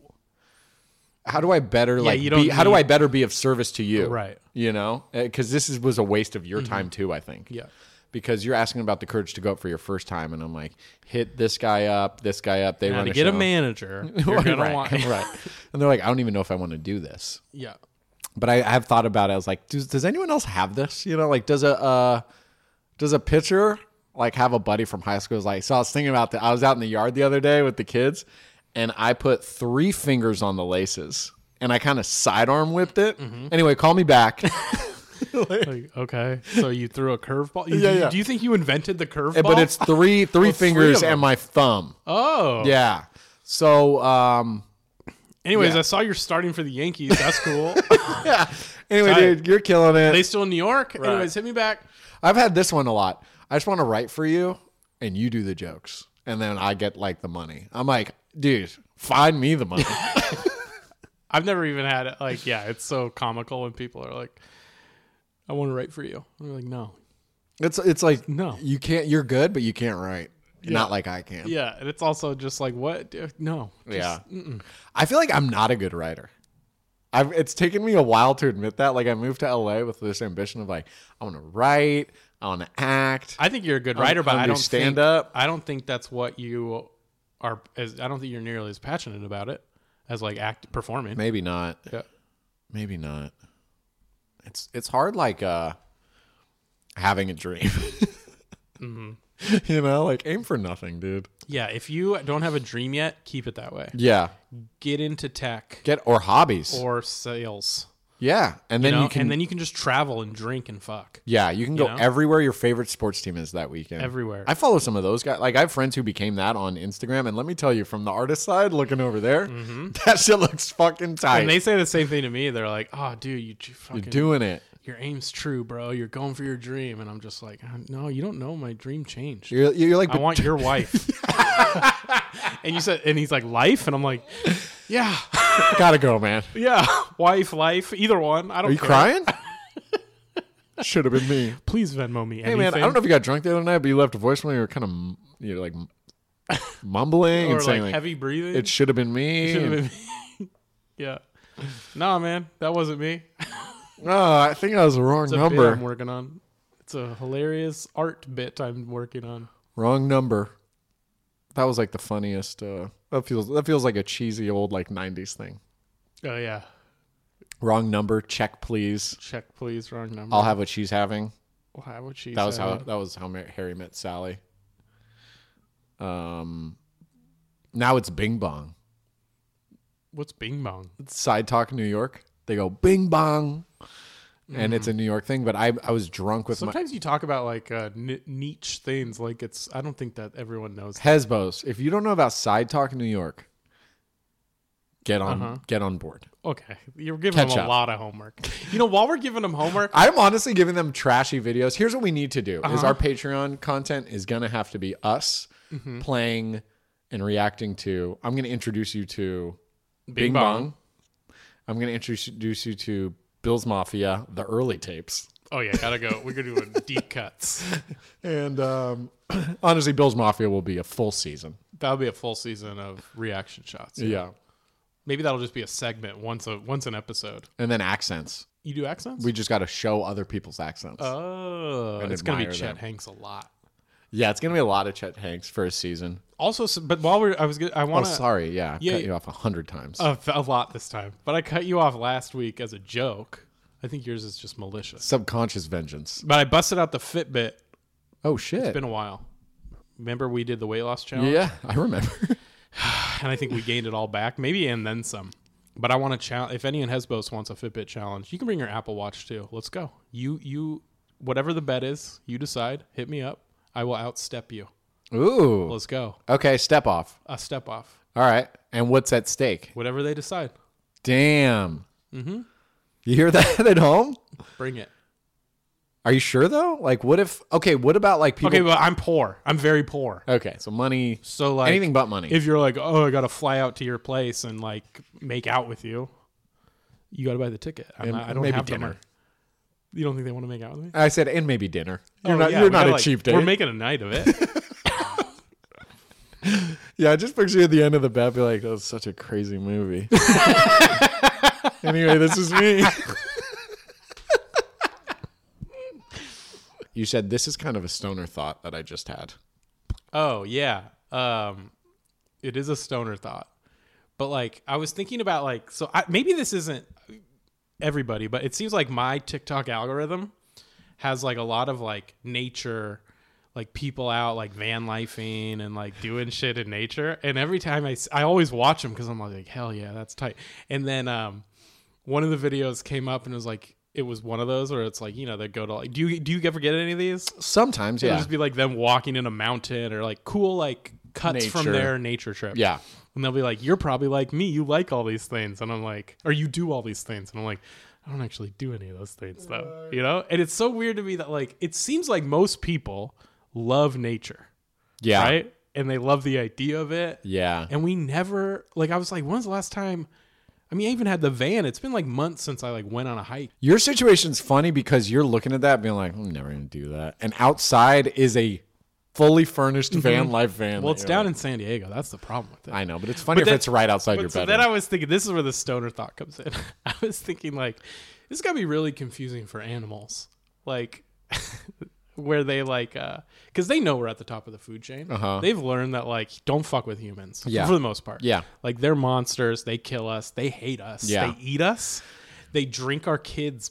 Speaker 2: how do I better like?
Speaker 1: you don't
Speaker 2: be, how do
Speaker 1: need-
Speaker 2: I better be of service to you?
Speaker 1: Right.
Speaker 2: You know, because this is, was a waste of your time too. I think.
Speaker 1: Mm-hmm. Yeah.
Speaker 2: Because you're asking about the courage to go up for your first time, and I'm like, hit this guy up, this guy up. They
Speaker 1: Now,
Speaker 2: run
Speaker 1: to
Speaker 2: a
Speaker 1: get a
Speaker 2: show.
Speaker 1: manager, you're gonna
Speaker 2: right,
Speaker 1: want
Speaker 2: right. And they're like, I don't even know if I want to do this
Speaker 1: Yeah.
Speaker 2: but I have thought about it. I was like, does, does anyone else have this? You know, like does a uh, does a pitcher like have a buddy from high school? Is like, so I was thinking about that. I was out in the yard the other day with the kids, and I put three fingers on the laces, and I kind of sidearm whipped it.
Speaker 1: Mm-hmm.
Speaker 2: Anyway, call me back.
Speaker 1: Like, okay. So you threw a curveball. You-
Speaker 2: Yeah, yeah.
Speaker 1: Do you think you invented the curveball?
Speaker 2: Eh, but it's three three
Speaker 1: Oh, three
Speaker 2: fingers
Speaker 1: of them.
Speaker 2: and my thumb.
Speaker 1: oh.
Speaker 2: Yeah. So um,
Speaker 1: Anyways,
Speaker 2: Yeah.
Speaker 1: I saw you're starting for the Yankees. That's cool.
Speaker 2: yeah. Anyway,
Speaker 1: Tight.
Speaker 2: dude, you're killing it.
Speaker 1: they still in New York. Anyways, hit me back.
Speaker 2: I've had this one a lot. I just want to write for you and you do the jokes. And then I get like the money. I'm like, dude, find me the money.
Speaker 1: I've never even had it. Like, yeah, it's so comical when people are like, "I want to write for you." I'm like, no,
Speaker 2: it's it's like
Speaker 1: No.
Speaker 2: You can't you're good, but you can't write. not like I can.
Speaker 1: Yeah, and it's also just like what? Dude, No,
Speaker 2: Yeah. I feel like I'm not a good writer. I've, it's taken me a while to admit that. Like I moved to LA with this ambition of like I want to write, I want to act.
Speaker 1: I think you're a good writer, but
Speaker 2: I'm
Speaker 1: I
Speaker 2: do
Speaker 1: don't
Speaker 2: stand
Speaker 1: think,
Speaker 2: up.
Speaker 1: I don't think that's what you are. As I don't think you're nearly as passionate about it as like act performing.
Speaker 2: Maybe not.
Speaker 1: Yeah.
Speaker 2: Maybe not. It's it's hard like uh having a dream.
Speaker 1: Mm-hmm.
Speaker 2: You know, like aim for nothing, dude.
Speaker 1: yeah, if you don't have a dream yet, keep it that way.
Speaker 2: Yeah.
Speaker 1: Get into tech
Speaker 2: Get or hobbies.
Speaker 1: or sales,
Speaker 2: yeah. And
Speaker 1: you
Speaker 2: then you,
Speaker 1: know,
Speaker 2: can
Speaker 1: and then you can just travel and drink and fuck.
Speaker 2: Yeah, you can go
Speaker 1: know?
Speaker 2: everywhere your favorite sports team is that weekend.
Speaker 1: Everywhere.
Speaker 2: I follow some of those guys. Like I have friends who became that on Instagram, and let me tell you, from the artist side, looking over there, that shit looks fucking tight.
Speaker 1: Mm-hmm. And they say the same thing to me. They're like, "Oh, dude, you j- fucking
Speaker 2: You're doing it.
Speaker 1: your aim's true, bro. You're going for your dream." And I'm just like, "Uh, "No, you don't know my dream changed.
Speaker 2: You're, you're like,
Speaker 1: I want your wife." and you said, and he's like, "Life," and I'm like, "Yeah,
Speaker 2: gotta go, man.
Speaker 1: yeah, wife, life, either one. I don't.
Speaker 2: Are you
Speaker 1: care.
Speaker 2: crying? Should have been me.
Speaker 1: Please Venmo me.
Speaker 2: Hey, man, I don't know if you got drunk the other night, but you left a voicemail. You were kind of, m- you're like m- mumbling
Speaker 1: Or
Speaker 2: and
Speaker 1: like
Speaker 2: saying, like,
Speaker 1: heavy breathing.
Speaker 2: it should have been me.
Speaker 1: Should've been
Speaker 2: and-
Speaker 1: me. yeah. Nah, man, that wasn't me.
Speaker 2: Oh, I think I was the wrong
Speaker 1: It's a bit I'm
Speaker 2: number.
Speaker 1: working on. It's a hilarious art bit I'm working on.
Speaker 2: Wrong number. That was like the funniest. Uh, that feels that feels like a cheesy old like '90s thing.
Speaker 1: Oh yeah.
Speaker 2: Wrong number. Check please.
Speaker 1: Check please. Wrong number.
Speaker 2: I'll have what she's having.
Speaker 1: Why would she?
Speaker 2: That was
Speaker 1: say
Speaker 2: how that was how Mar- Harry met Sally. Um, now it's Bing Bong.
Speaker 1: What's Bing Bong?
Speaker 2: It's Side Talk New York. They go Bing Bong, and it's a New York thing. But I I was drunk with my
Speaker 1: Mm-hmm. Sometimes you talk about like uh, ni- niche things. Like it's. I don't think that everyone knows.
Speaker 2: Hesbos. If you don't know about Side Talk New York, get on
Speaker 1: Uh-huh.
Speaker 2: get on board.
Speaker 1: Okay, you're giving
Speaker 2: Catch
Speaker 1: them a
Speaker 2: up.
Speaker 1: lot of homework. You know, while we're giving them homework,
Speaker 2: I'm honestly giving them trashy videos. Here's what we need to do:
Speaker 1: Uh-huh.
Speaker 2: is our Patreon content is gonna have to be us
Speaker 1: Mm-hmm.
Speaker 2: playing and reacting to. I'm gonna introduce you to Bing, Bong.
Speaker 1: Bong.
Speaker 2: I'm gonna introduce you to Bill's Mafia, the early tapes,
Speaker 1: oh yeah, gotta go. We're gonna do deep cuts.
Speaker 2: and um, honestly, Bill's Mafia will be a full season.
Speaker 1: That'll be a full season of reaction shots.
Speaker 2: Yeah,
Speaker 1: Maybe that'll just be a segment once a once an episode.
Speaker 2: and then accents.
Speaker 1: You do accents?
Speaker 2: We just got to show other people's accents.
Speaker 1: oh, it's gonna be
Speaker 2: admire
Speaker 1: Chet
Speaker 2: them.
Speaker 1: Hanks a lot.
Speaker 2: yeah, it's gonna be a lot of Chet Hanks for a season.
Speaker 1: Also, s- but while we're, I was gonna, I
Speaker 2: Oh,
Speaker 1: want to
Speaker 2: sorry. Yeah,
Speaker 1: Yeah,
Speaker 2: cut
Speaker 1: yeah.
Speaker 2: you Uh, off a hundred times.
Speaker 1: a, a lot this time, but I cut you off last week as a joke. I think yours is just malicious.
Speaker 2: Subconscious vengeance.
Speaker 1: But I busted out the Fitbit.
Speaker 2: Oh shit.
Speaker 1: It's been a while. Remember we did the weight loss challenge,
Speaker 2: Yeah, I remember.
Speaker 1: and I think we gained it all back, maybe and then some. But I want to challenge. If anyone Hesbos wants a Fitbit challenge, you can bring your Apple Watch too. Let's go. You you whatever the bet is, you decide. Hit me up. I will outstep you.
Speaker 2: Ooh.
Speaker 1: Let's go.
Speaker 2: Okay, step off.
Speaker 1: A step off.
Speaker 2: All right. And what's at stake?
Speaker 1: Whatever they decide,
Speaker 2: Damn. Mm-hmm. You hear that at home?
Speaker 1: bring it.
Speaker 2: Are you sure though? Like, what if? Okay, what about like people?
Speaker 1: Okay, well, I'm poor. I'm very poor.
Speaker 2: Okay, so money.
Speaker 1: So like
Speaker 2: Anything but money.
Speaker 1: If you're like, oh, I gotta fly out to your place and like make out with you, you gotta buy the ticket. I'm
Speaker 2: And
Speaker 1: not, I don't
Speaker 2: maybe
Speaker 1: have
Speaker 2: dinner.
Speaker 1: the money. You don't think they want to make out with me?
Speaker 2: I said, and maybe dinner. You're
Speaker 1: Oh,
Speaker 2: not.
Speaker 1: yeah,
Speaker 2: you're
Speaker 1: we
Speaker 2: not
Speaker 1: gotta,
Speaker 2: a
Speaker 1: like-
Speaker 2: cheap date.
Speaker 1: We're making a night of it.
Speaker 2: yeah, I just picture you at the end of the bet, be like, "That was such a crazy movie." anyway, this is me. you said this is kind of a stoner thought that I just had.
Speaker 1: oh yeah, um, it is a stoner thought, but like I was thinking about like so I, maybe this isn't everybody, but it seems like my TikTok algorithm has like a lot of like nature, like people out like van lifing and like doing shit in nature. And every time I, s- I always watch them because I'm like, hell yeah, that's tight. And then um, one of the videos came up and it was like, it was one of those where it's like, you know, they go to like, do you do you ever get any of these?
Speaker 2: Sometimes,
Speaker 1: It'll
Speaker 2: yeah,
Speaker 1: just be like them walking in a mountain or like cool like cuts from
Speaker 2: Nature.
Speaker 1: their nature trip.
Speaker 2: yeah.
Speaker 1: And they'll be like, You're probably like me, you like all these things. And I'm like, or you do all these things. And I'm like, I don't actually do any of those things though. You know? And it's so weird to me that like it seems like most people love nature.
Speaker 2: Yeah.
Speaker 1: Right? And they love the idea of it.
Speaker 2: Yeah.
Speaker 1: And we never like I was like, when's the last time I mean, I even had the van. It's been like months since I like went on a hike.
Speaker 2: Your situation's funny because you're looking at that being like, I'm never going to do that. And outside is a fully furnished van life van.
Speaker 1: Mm-hmm. Well, it's down in San Diego. That's the problem with it.
Speaker 2: I know, but it's funny if
Speaker 1: that-
Speaker 2: it's right outside your
Speaker 1: so
Speaker 2: bedroom.
Speaker 1: then I was thinking, this is where the stoner thought comes in. I was thinking, like, this is gonna be really confusing for animals, like, where they like, because they know we're at the top of the food chain.
Speaker 2: Uh-huh.
Speaker 1: They've learned that like, don't fuck with humans,
Speaker 2: Yeah.
Speaker 1: for the most part.
Speaker 2: Yeah.
Speaker 1: like they're monsters. They kill us. They hate us.
Speaker 2: Yeah.
Speaker 1: they eat us. They drink our kids'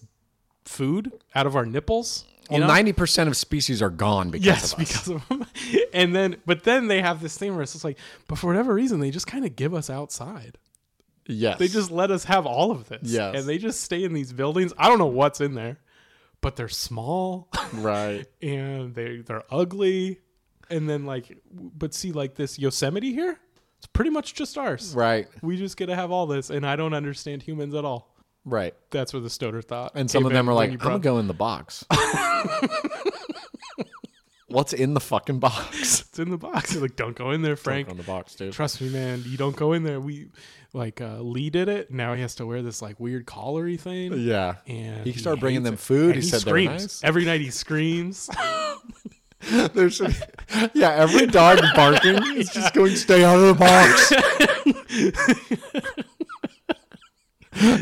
Speaker 1: food out of our nipples. you
Speaker 2: well,
Speaker 1: know?
Speaker 2: ninety percent of species are gone because
Speaker 1: Yes,
Speaker 2: of us.
Speaker 1: because of them. And then, but then they have this thing where it's just like, but for whatever reason, they just kind of give us outside.
Speaker 2: yes,
Speaker 1: They just let us have all of this.
Speaker 2: Yes.
Speaker 1: And they just stay in these buildings. I don't know what's in there, but they're small
Speaker 2: right.
Speaker 1: and they, they're ugly. And then, like, but see, like this Yosemite here, it's pretty much just ours.
Speaker 2: Right,
Speaker 1: We just get to have all this. And I don't understand humans at all.
Speaker 2: right.
Speaker 1: That's what the stoner thought.
Speaker 2: And some
Speaker 1: came
Speaker 2: of them
Speaker 1: in
Speaker 2: are
Speaker 1: when
Speaker 2: like,
Speaker 1: you
Speaker 2: I'm
Speaker 1: brought-
Speaker 2: going to go in the box. What's in the fucking box?
Speaker 1: it's in the box. You're like, don't go in there, Frank.
Speaker 2: On the box, dude.
Speaker 1: trust me man you don't go in there we like uh lee did it now he has to wear this like weird collary thing
Speaker 2: yeah.
Speaker 1: and
Speaker 2: He started
Speaker 1: hates
Speaker 2: bringing them
Speaker 1: it.
Speaker 2: food.
Speaker 1: And
Speaker 2: He said they were
Speaker 1: screams
Speaker 2: nice.
Speaker 1: every night he screams
Speaker 2: There's yeah, every dog barking is just going, stay out of the box.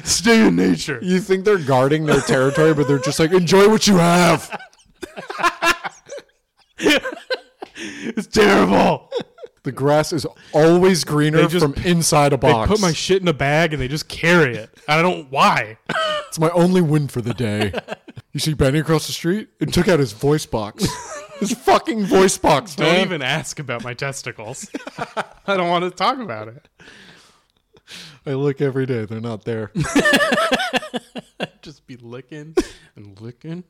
Speaker 1: stay in nature
Speaker 2: You think they're guarding their territory, but they're just like, enjoy what you have.
Speaker 1: it's terrible
Speaker 2: The grass is always greener
Speaker 1: They just-
Speaker 2: from inside a
Speaker 1: they
Speaker 2: box.
Speaker 1: put my shit in a bag and they just carry it i don't why
Speaker 2: it's my only win for the day.
Speaker 3: You see Benny across the street?
Speaker 2: It took out his voice box. his fucking voice box,
Speaker 1: don't
Speaker 2: man.
Speaker 1: even ask about my testicles i don't want to talk about it
Speaker 2: I look every day. They're not there.
Speaker 1: just be licking and licking.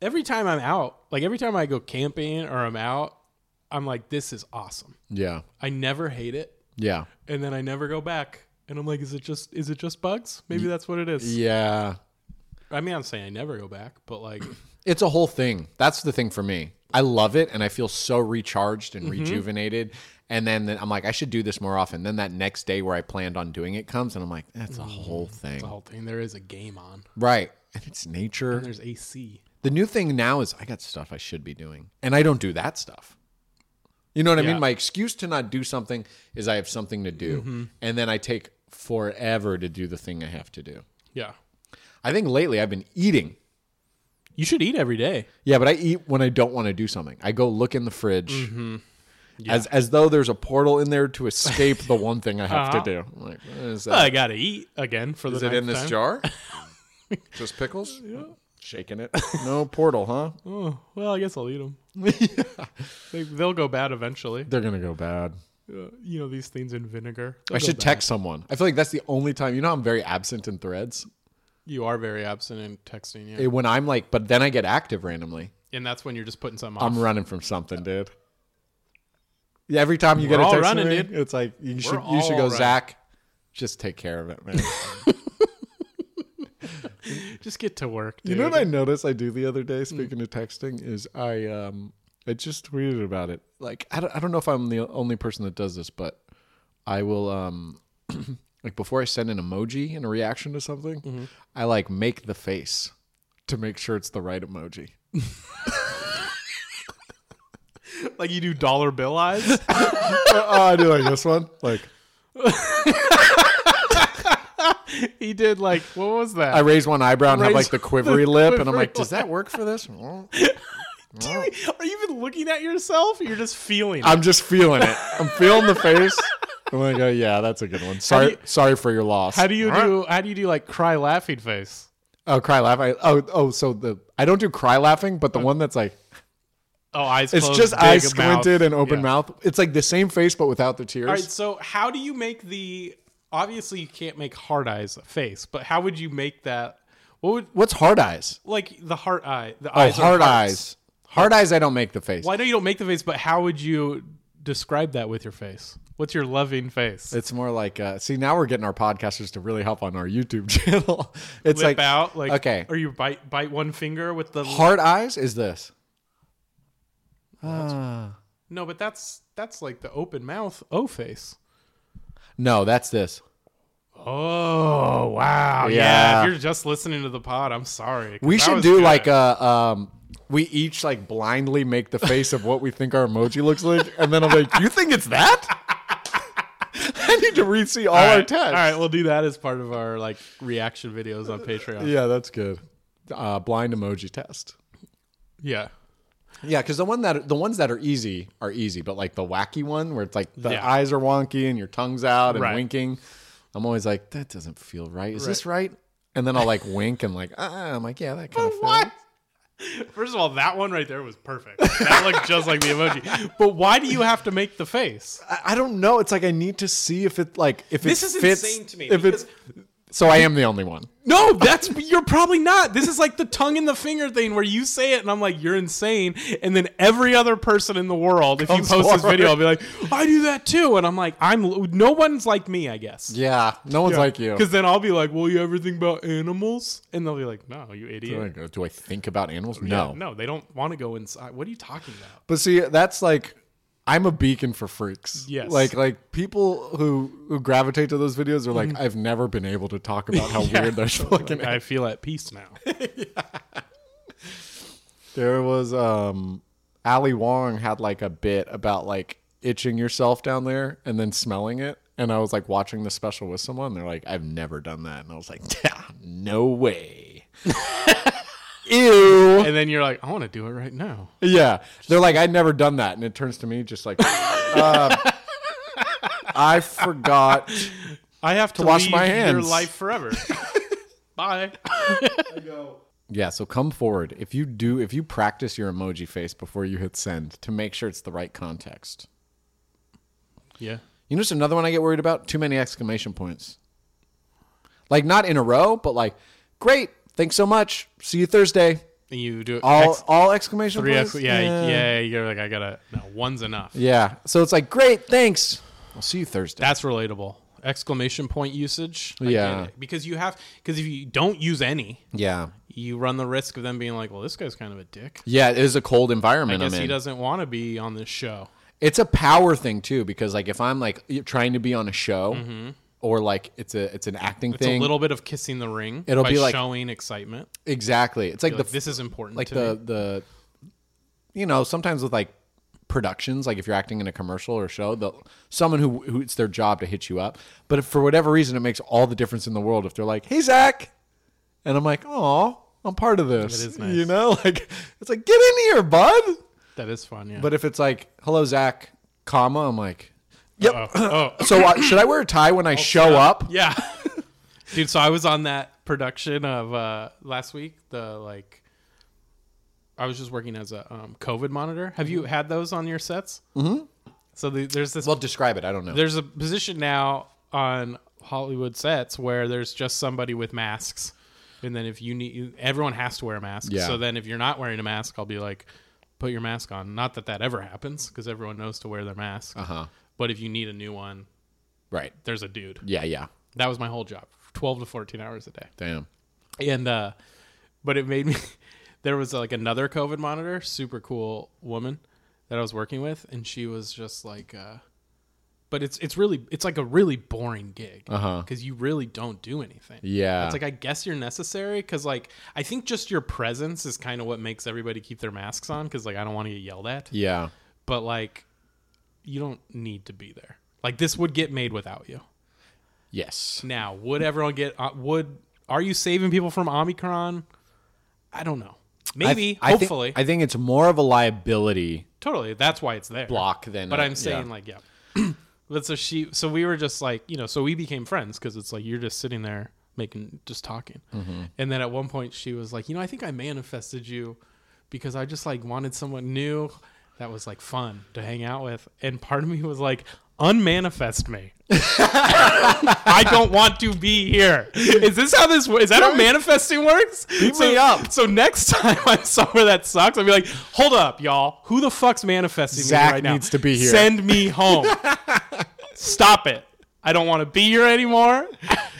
Speaker 1: Every time I'm out, like every time I go camping or I'm out, I'm like, this is awesome.
Speaker 2: yeah.
Speaker 1: I never hate it,
Speaker 2: Yeah.
Speaker 1: and then I never go back. And I'm like, is it just is it just bugs? Maybe that's what it is.
Speaker 2: Yeah.
Speaker 1: I mean, I'm saying I never go back, but like,
Speaker 2: It's a whole thing. That's the thing for me. I love it and I feel so recharged and
Speaker 1: Mm-hmm.
Speaker 2: rejuvenated. And then, then I'm like, I should do this more often. Then that next day where I planned on doing it comes and I'm like, that's a whole thing.
Speaker 1: the whole thing. There is a game on.
Speaker 2: Right. And it's nature.
Speaker 1: There's AC.
Speaker 2: The new thing now is I got stuff I should be doing, and I don't do that stuff. You know what I
Speaker 1: Yeah.
Speaker 2: mean? My excuse to not do something is I have something to do, and then I take forever to do the thing I have to do.
Speaker 1: Yeah,
Speaker 2: I think lately I've been eating.
Speaker 1: you should eat every day.
Speaker 2: Yeah, but I eat when I don't want to do something. I go look in the fridge. As, as though there's a portal in there to escape the one thing I have to do. I'm like, what is Uh-huh. that?
Speaker 1: I gotta eat again for the.
Speaker 2: Is it in
Speaker 1: ninth
Speaker 2: this
Speaker 1: time.
Speaker 2: jar? Just pickles? Yeah. Shaking it. No portal, huh?
Speaker 1: Oh, well, I guess I'll eat them. They, they'll go bad eventually.
Speaker 2: They're gonna go bad.
Speaker 1: Uh, you know these things in vinegar.
Speaker 2: I should
Speaker 1: text.
Speaker 2: text someone. I feel like that's the only time. You know, I'm very absent in threads.
Speaker 1: You are very absent in texting, yeah.
Speaker 2: Eh, When I'm like, but then I get active randomly.
Speaker 1: and that's when you're just putting something off.
Speaker 2: I'm running from something, dude. Yeah, every time you get
Speaker 1: We're
Speaker 2: a
Speaker 1: all
Speaker 2: text
Speaker 1: running,
Speaker 2: from me,
Speaker 1: dude.
Speaker 2: it's like you should
Speaker 1: all
Speaker 2: you should go,
Speaker 1: running.
Speaker 2: Zach. Just take care of it, man.
Speaker 1: just get to work, dude. Mm.
Speaker 2: you know what I noticed I do the other day? Speaking of texting, is I um I just tweeted about it. Like I don't, I don't know if I'm the only person that does this, but I will um like before I send an emoji in a reaction to something,
Speaker 1: Mm-hmm.
Speaker 2: I like make the face to make sure it's the right emoji.
Speaker 1: like you do dollar bill eyes.
Speaker 2: oh, I do like this one. Like
Speaker 1: he did like what was that?
Speaker 2: I raise one eyebrow and have
Speaker 1: Raise
Speaker 2: like the quivery lip, and I'm like,
Speaker 1: quivery
Speaker 2: does that work for this?
Speaker 1: are you even looking at yourself? You're just feeling. it.
Speaker 2: I'm just feeling it. I'm feeling the face. I'm like, oh yeah, that's a good one. Sorry,
Speaker 1: you-
Speaker 2: sorry for your loss.
Speaker 1: How do you do? How do you do like cry laughing face?
Speaker 2: Oh, cry laugh. I, oh, oh. So the I don't do cry laughing, but the one that's like
Speaker 1: Oh, eyes.
Speaker 2: it's
Speaker 1: closed,
Speaker 2: just
Speaker 1: big
Speaker 2: eyes
Speaker 1: mouth.
Speaker 2: squinted and open
Speaker 1: Yeah.
Speaker 2: mouth. It's like the same face but without the tears.
Speaker 1: All right. So how do you make the? Obviously, you can't make hard eyes a face, but how would you make that? What would
Speaker 2: What's hard eyes?
Speaker 1: like the heart eye? The
Speaker 2: Oh,
Speaker 1: eyes are
Speaker 2: hard
Speaker 1: hearts.
Speaker 2: eyes. Hard eyes. I don't make the face.
Speaker 1: Well, I know you don't make the face, but how would you describe that with your face? What's your loving face?
Speaker 2: It's more like uh, see now we're getting our podcasters to really help on our YouTube channel. It's
Speaker 1: Lip
Speaker 2: like
Speaker 1: out, like
Speaker 2: okay.
Speaker 1: or you bite bite one finger with the
Speaker 2: hard eyes is this.
Speaker 1: no, but that's that's like the open mouth O face.
Speaker 2: No, that's this.
Speaker 1: Oh wow, yeah.
Speaker 2: Yeah.
Speaker 1: If you're just listening to the pod, I'm sorry. 'cause
Speaker 2: We
Speaker 1: that
Speaker 2: should
Speaker 1: was
Speaker 2: do
Speaker 1: good.
Speaker 2: like a um we each like blindly make the face of what we think our emoji looks like, and then I'm like, "You think it's that?" I need to re-see all, our
Speaker 1: All
Speaker 2: tests.
Speaker 1: right, we'll do that as part of our like reaction videos on Patreon.
Speaker 2: Yeah, that's good. Uh, blind emoji test.
Speaker 1: Yeah.
Speaker 2: Yeah, because the one that the ones that are easy are easy, but like the wacky one where it's like the
Speaker 1: Yeah.
Speaker 2: eyes are wonky and your tongue's out and
Speaker 1: Right.
Speaker 2: winking, I'm always like, that doesn't feel right. Is this right? And then I'll like wink and like, uh, I'm like, yeah, that kind of
Speaker 1: What? First of all, that one right there was perfect. That looked just like the emoji. But why do you have to make the face?
Speaker 2: I, I don't know. It's like I need to see if it like if
Speaker 1: This
Speaker 2: it
Speaker 1: is
Speaker 2: fits,
Speaker 1: insane to me,
Speaker 2: If it's so, I am the only one.
Speaker 1: No, that's you're probably not. This is like the tongue and the finger thing where you say it and I'm like, you're insane. And then every other person in the world, if you
Speaker 2: Comes
Speaker 1: post this
Speaker 2: forward.
Speaker 1: video, I'll be like, I do that too. And I'm like, I'm no one's like me, I guess.
Speaker 2: Yeah, no one's like you.
Speaker 1: Because then I'll be like, well, you ever think about animals? And they'll be like, no, you
Speaker 2: Do I
Speaker 1: idiot.
Speaker 2: go- uh, do I think about animals?
Speaker 1: Yeah, no, they don't want to go inside. What are you talking about?
Speaker 2: But see, that's like I'm a beacon for freaks.
Speaker 1: Yes.
Speaker 2: Like like people who who gravitate to those videos are like, I've never been able to talk about how weird those fucking
Speaker 1: I feel at peace now.
Speaker 2: There was um Ali Wong had like a bit about like itching yourself down there and then smelling it. And I was like watching the special with someone. They're like, I've never done that. And I was like, yeah, no way. Ew.
Speaker 1: and then you're like, I want to do it right now.
Speaker 2: Yeah. They're like, I'd never done that. And it turns to me just like, uh, I forgot.
Speaker 1: I have to,
Speaker 2: wash
Speaker 1: leave
Speaker 2: my
Speaker 1: Your
Speaker 2: hands.
Speaker 1: life forever. Bye.
Speaker 2: Yeah. So come forward. If you do, if you practice your emoji face before you hit send to make sure it's the right context.
Speaker 1: Yeah.
Speaker 2: You know, just another one I get worried about too many exclamation points. Like, not in a row, but like, great. Thanks so much. See you Thursday.
Speaker 1: And you do it.
Speaker 2: All,
Speaker 1: ex-
Speaker 2: all exclamation
Speaker 1: three
Speaker 2: points.
Speaker 1: ex- yeah, yeah, You're like, I gotta. No, one's enough.
Speaker 2: Yeah. So it's like, great. Thanks. I'll see you Thursday.
Speaker 1: That's relatable. Exclamation point usage. I
Speaker 2: Yeah.
Speaker 1: get it. Because you have. Because if you don't use any,
Speaker 2: yeah.
Speaker 1: you run the risk of them being like, well, this guy's kind of a dick.
Speaker 2: Yeah. It is a cold environment.
Speaker 1: I guess
Speaker 2: am in.
Speaker 1: he doesn't want to be on this show.
Speaker 2: it's a power thing too because like if i'm like trying to be on a show or like it's a it's an acting
Speaker 1: Mm-hmm. It's
Speaker 2: thing
Speaker 1: a little bit of kissing the ring.
Speaker 2: It'll
Speaker 1: by
Speaker 2: be like-
Speaker 1: showing excitement.
Speaker 2: exactly it's like,
Speaker 1: Like,
Speaker 2: the
Speaker 1: this is important.
Speaker 2: like
Speaker 1: to
Speaker 2: the
Speaker 1: me.
Speaker 2: the you know sometimes with like productions like if you're acting in a commercial or show the someone who who it's their job to hit you up but if for whatever reason it makes all the difference in the world if they're like hey zach and i'm like oh i'm part of this
Speaker 1: That is nice.
Speaker 2: you know like it's like get in here bud
Speaker 1: that is fun. Yeah.
Speaker 2: but if it's like hello zach comma i'm like yep
Speaker 1: oh, oh,
Speaker 2: So uh, should I wear a tie when I show up?
Speaker 1: Yeah. Dude, so I was on that production of uh last week, the like I was just working as a um, COVID monitor. Have you had those on your sets? Mm-hmm. So the, there's this
Speaker 2: Mm-hmm. Well, describe it. I don't know.
Speaker 1: there's a position now on Hollywood sets where there's just somebody with masks, and then if you need, everyone has to wear a mask.
Speaker 2: Yeah.
Speaker 1: So then if you're not wearing a mask, I'll be like, put your mask on. Not that that ever happens because everyone knows to wear their mask. Uh
Speaker 2: Uh-huh.
Speaker 1: But if you need a new one,
Speaker 2: right.
Speaker 1: there's a dude.
Speaker 2: Yeah, yeah.
Speaker 1: That was my whole job, twelve to fourteen hours a day
Speaker 2: Damn.
Speaker 1: and uh but it made me there was like another covid monitor super cool woman that i was working with and she was just like uh but it's it's really it's like a really boring gig
Speaker 2: Uh-huh.
Speaker 1: because you really don't do anything
Speaker 2: Yeah.
Speaker 1: it's like i guess you're necessary because like i think just your presence is kind of what makes everybody keep their masks on because like i don't want to get yelled at
Speaker 2: yeah.
Speaker 1: but like you don't need to be there like this would get made without you
Speaker 2: Yes.
Speaker 1: now, would everyone get? Uh, would are you saving people from Omicron? I don't know. Maybe,
Speaker 2: I thi-
Speaker 1: hopefully,
Speaker 2: I think it's more of a liability
Speaker 1: totally. That's why it's there.
Speaker 2: block than.
Speaker 1: But
Speaker 2: i
Speaker 1: I'm saying like, yeah. but so she, so we were just like, you know, so we became friends because it's like you're just sitting there making, just talking, and then at one point she was like, you know, I think I manifested you because I just like wanted someone new that was like fun to hang out with, and part of me was like, unmanifest me. I don't want to be here. Is this how this? wo- Is that how manifesting works? Beat
Speaker 2: me up.
Speaker 1: So next time I'm somewhere that sucks, I'll be like, "Hold up, y'all. Who the fuck's manifesting me
Speaker 2: Zach
Speaker 1: right now?
Speaker 2: needs to be here.
Speaker 1: Send me home. Stop it. I don't want to be here anymore.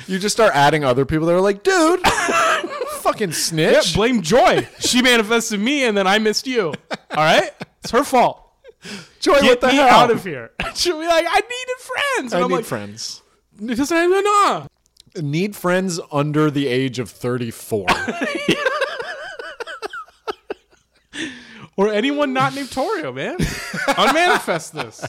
Speaker 2: you just start adding other people that are like, dude, fucking snitch.
Speaker 1: Blame Joy. She manifested me, and then I missed you. All right, it's her fault.
Speaker 2: Joy,
Speaker 1: Get
Speaker 2: what the
Speaker 1: me
Speaker 2: hell?
Speaker 1: out of here. She'll be like, "I needed friends." And
Speaker 2: I
Speaker 1: am
Speaker 2: need
Speaker 1: like,
Speaker 2: friends.
Speaker 1: "It doesn't even know."
Speaker 2: Need friends under the age of 34.
Speaker 1: or anyone not named Torio, man. Unmanifest this.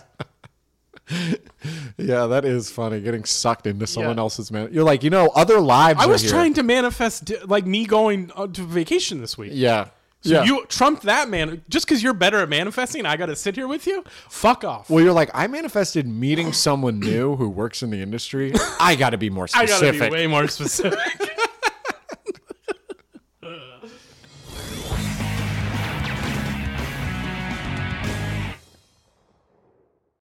Speaker 2: Yeah, that is funny. Getting sucked into someone
Speaker 1: Yeah.
Speaker 2: else's man. You're like, you know, other lives.
Speaker 1: I
Speaker 2: are
Speaker 1: was
Speaker 2: here.
Speaker 1: trying to manifest di- like me going uh, to vacation this week.
Speaker 2: Yeah.
Speaker 1: So
Speaker 2: yeah.
Speaker 1: you trumped that man just because you're better at manifesting. I got to sit here with you. Fuck off.
Speaker 2: well, you're like, I manifested meeting someone new who works in the industry. I got to be more
Speaker 1: I
Speaker 2: specific.
Speaker 1: gotta be way more specific.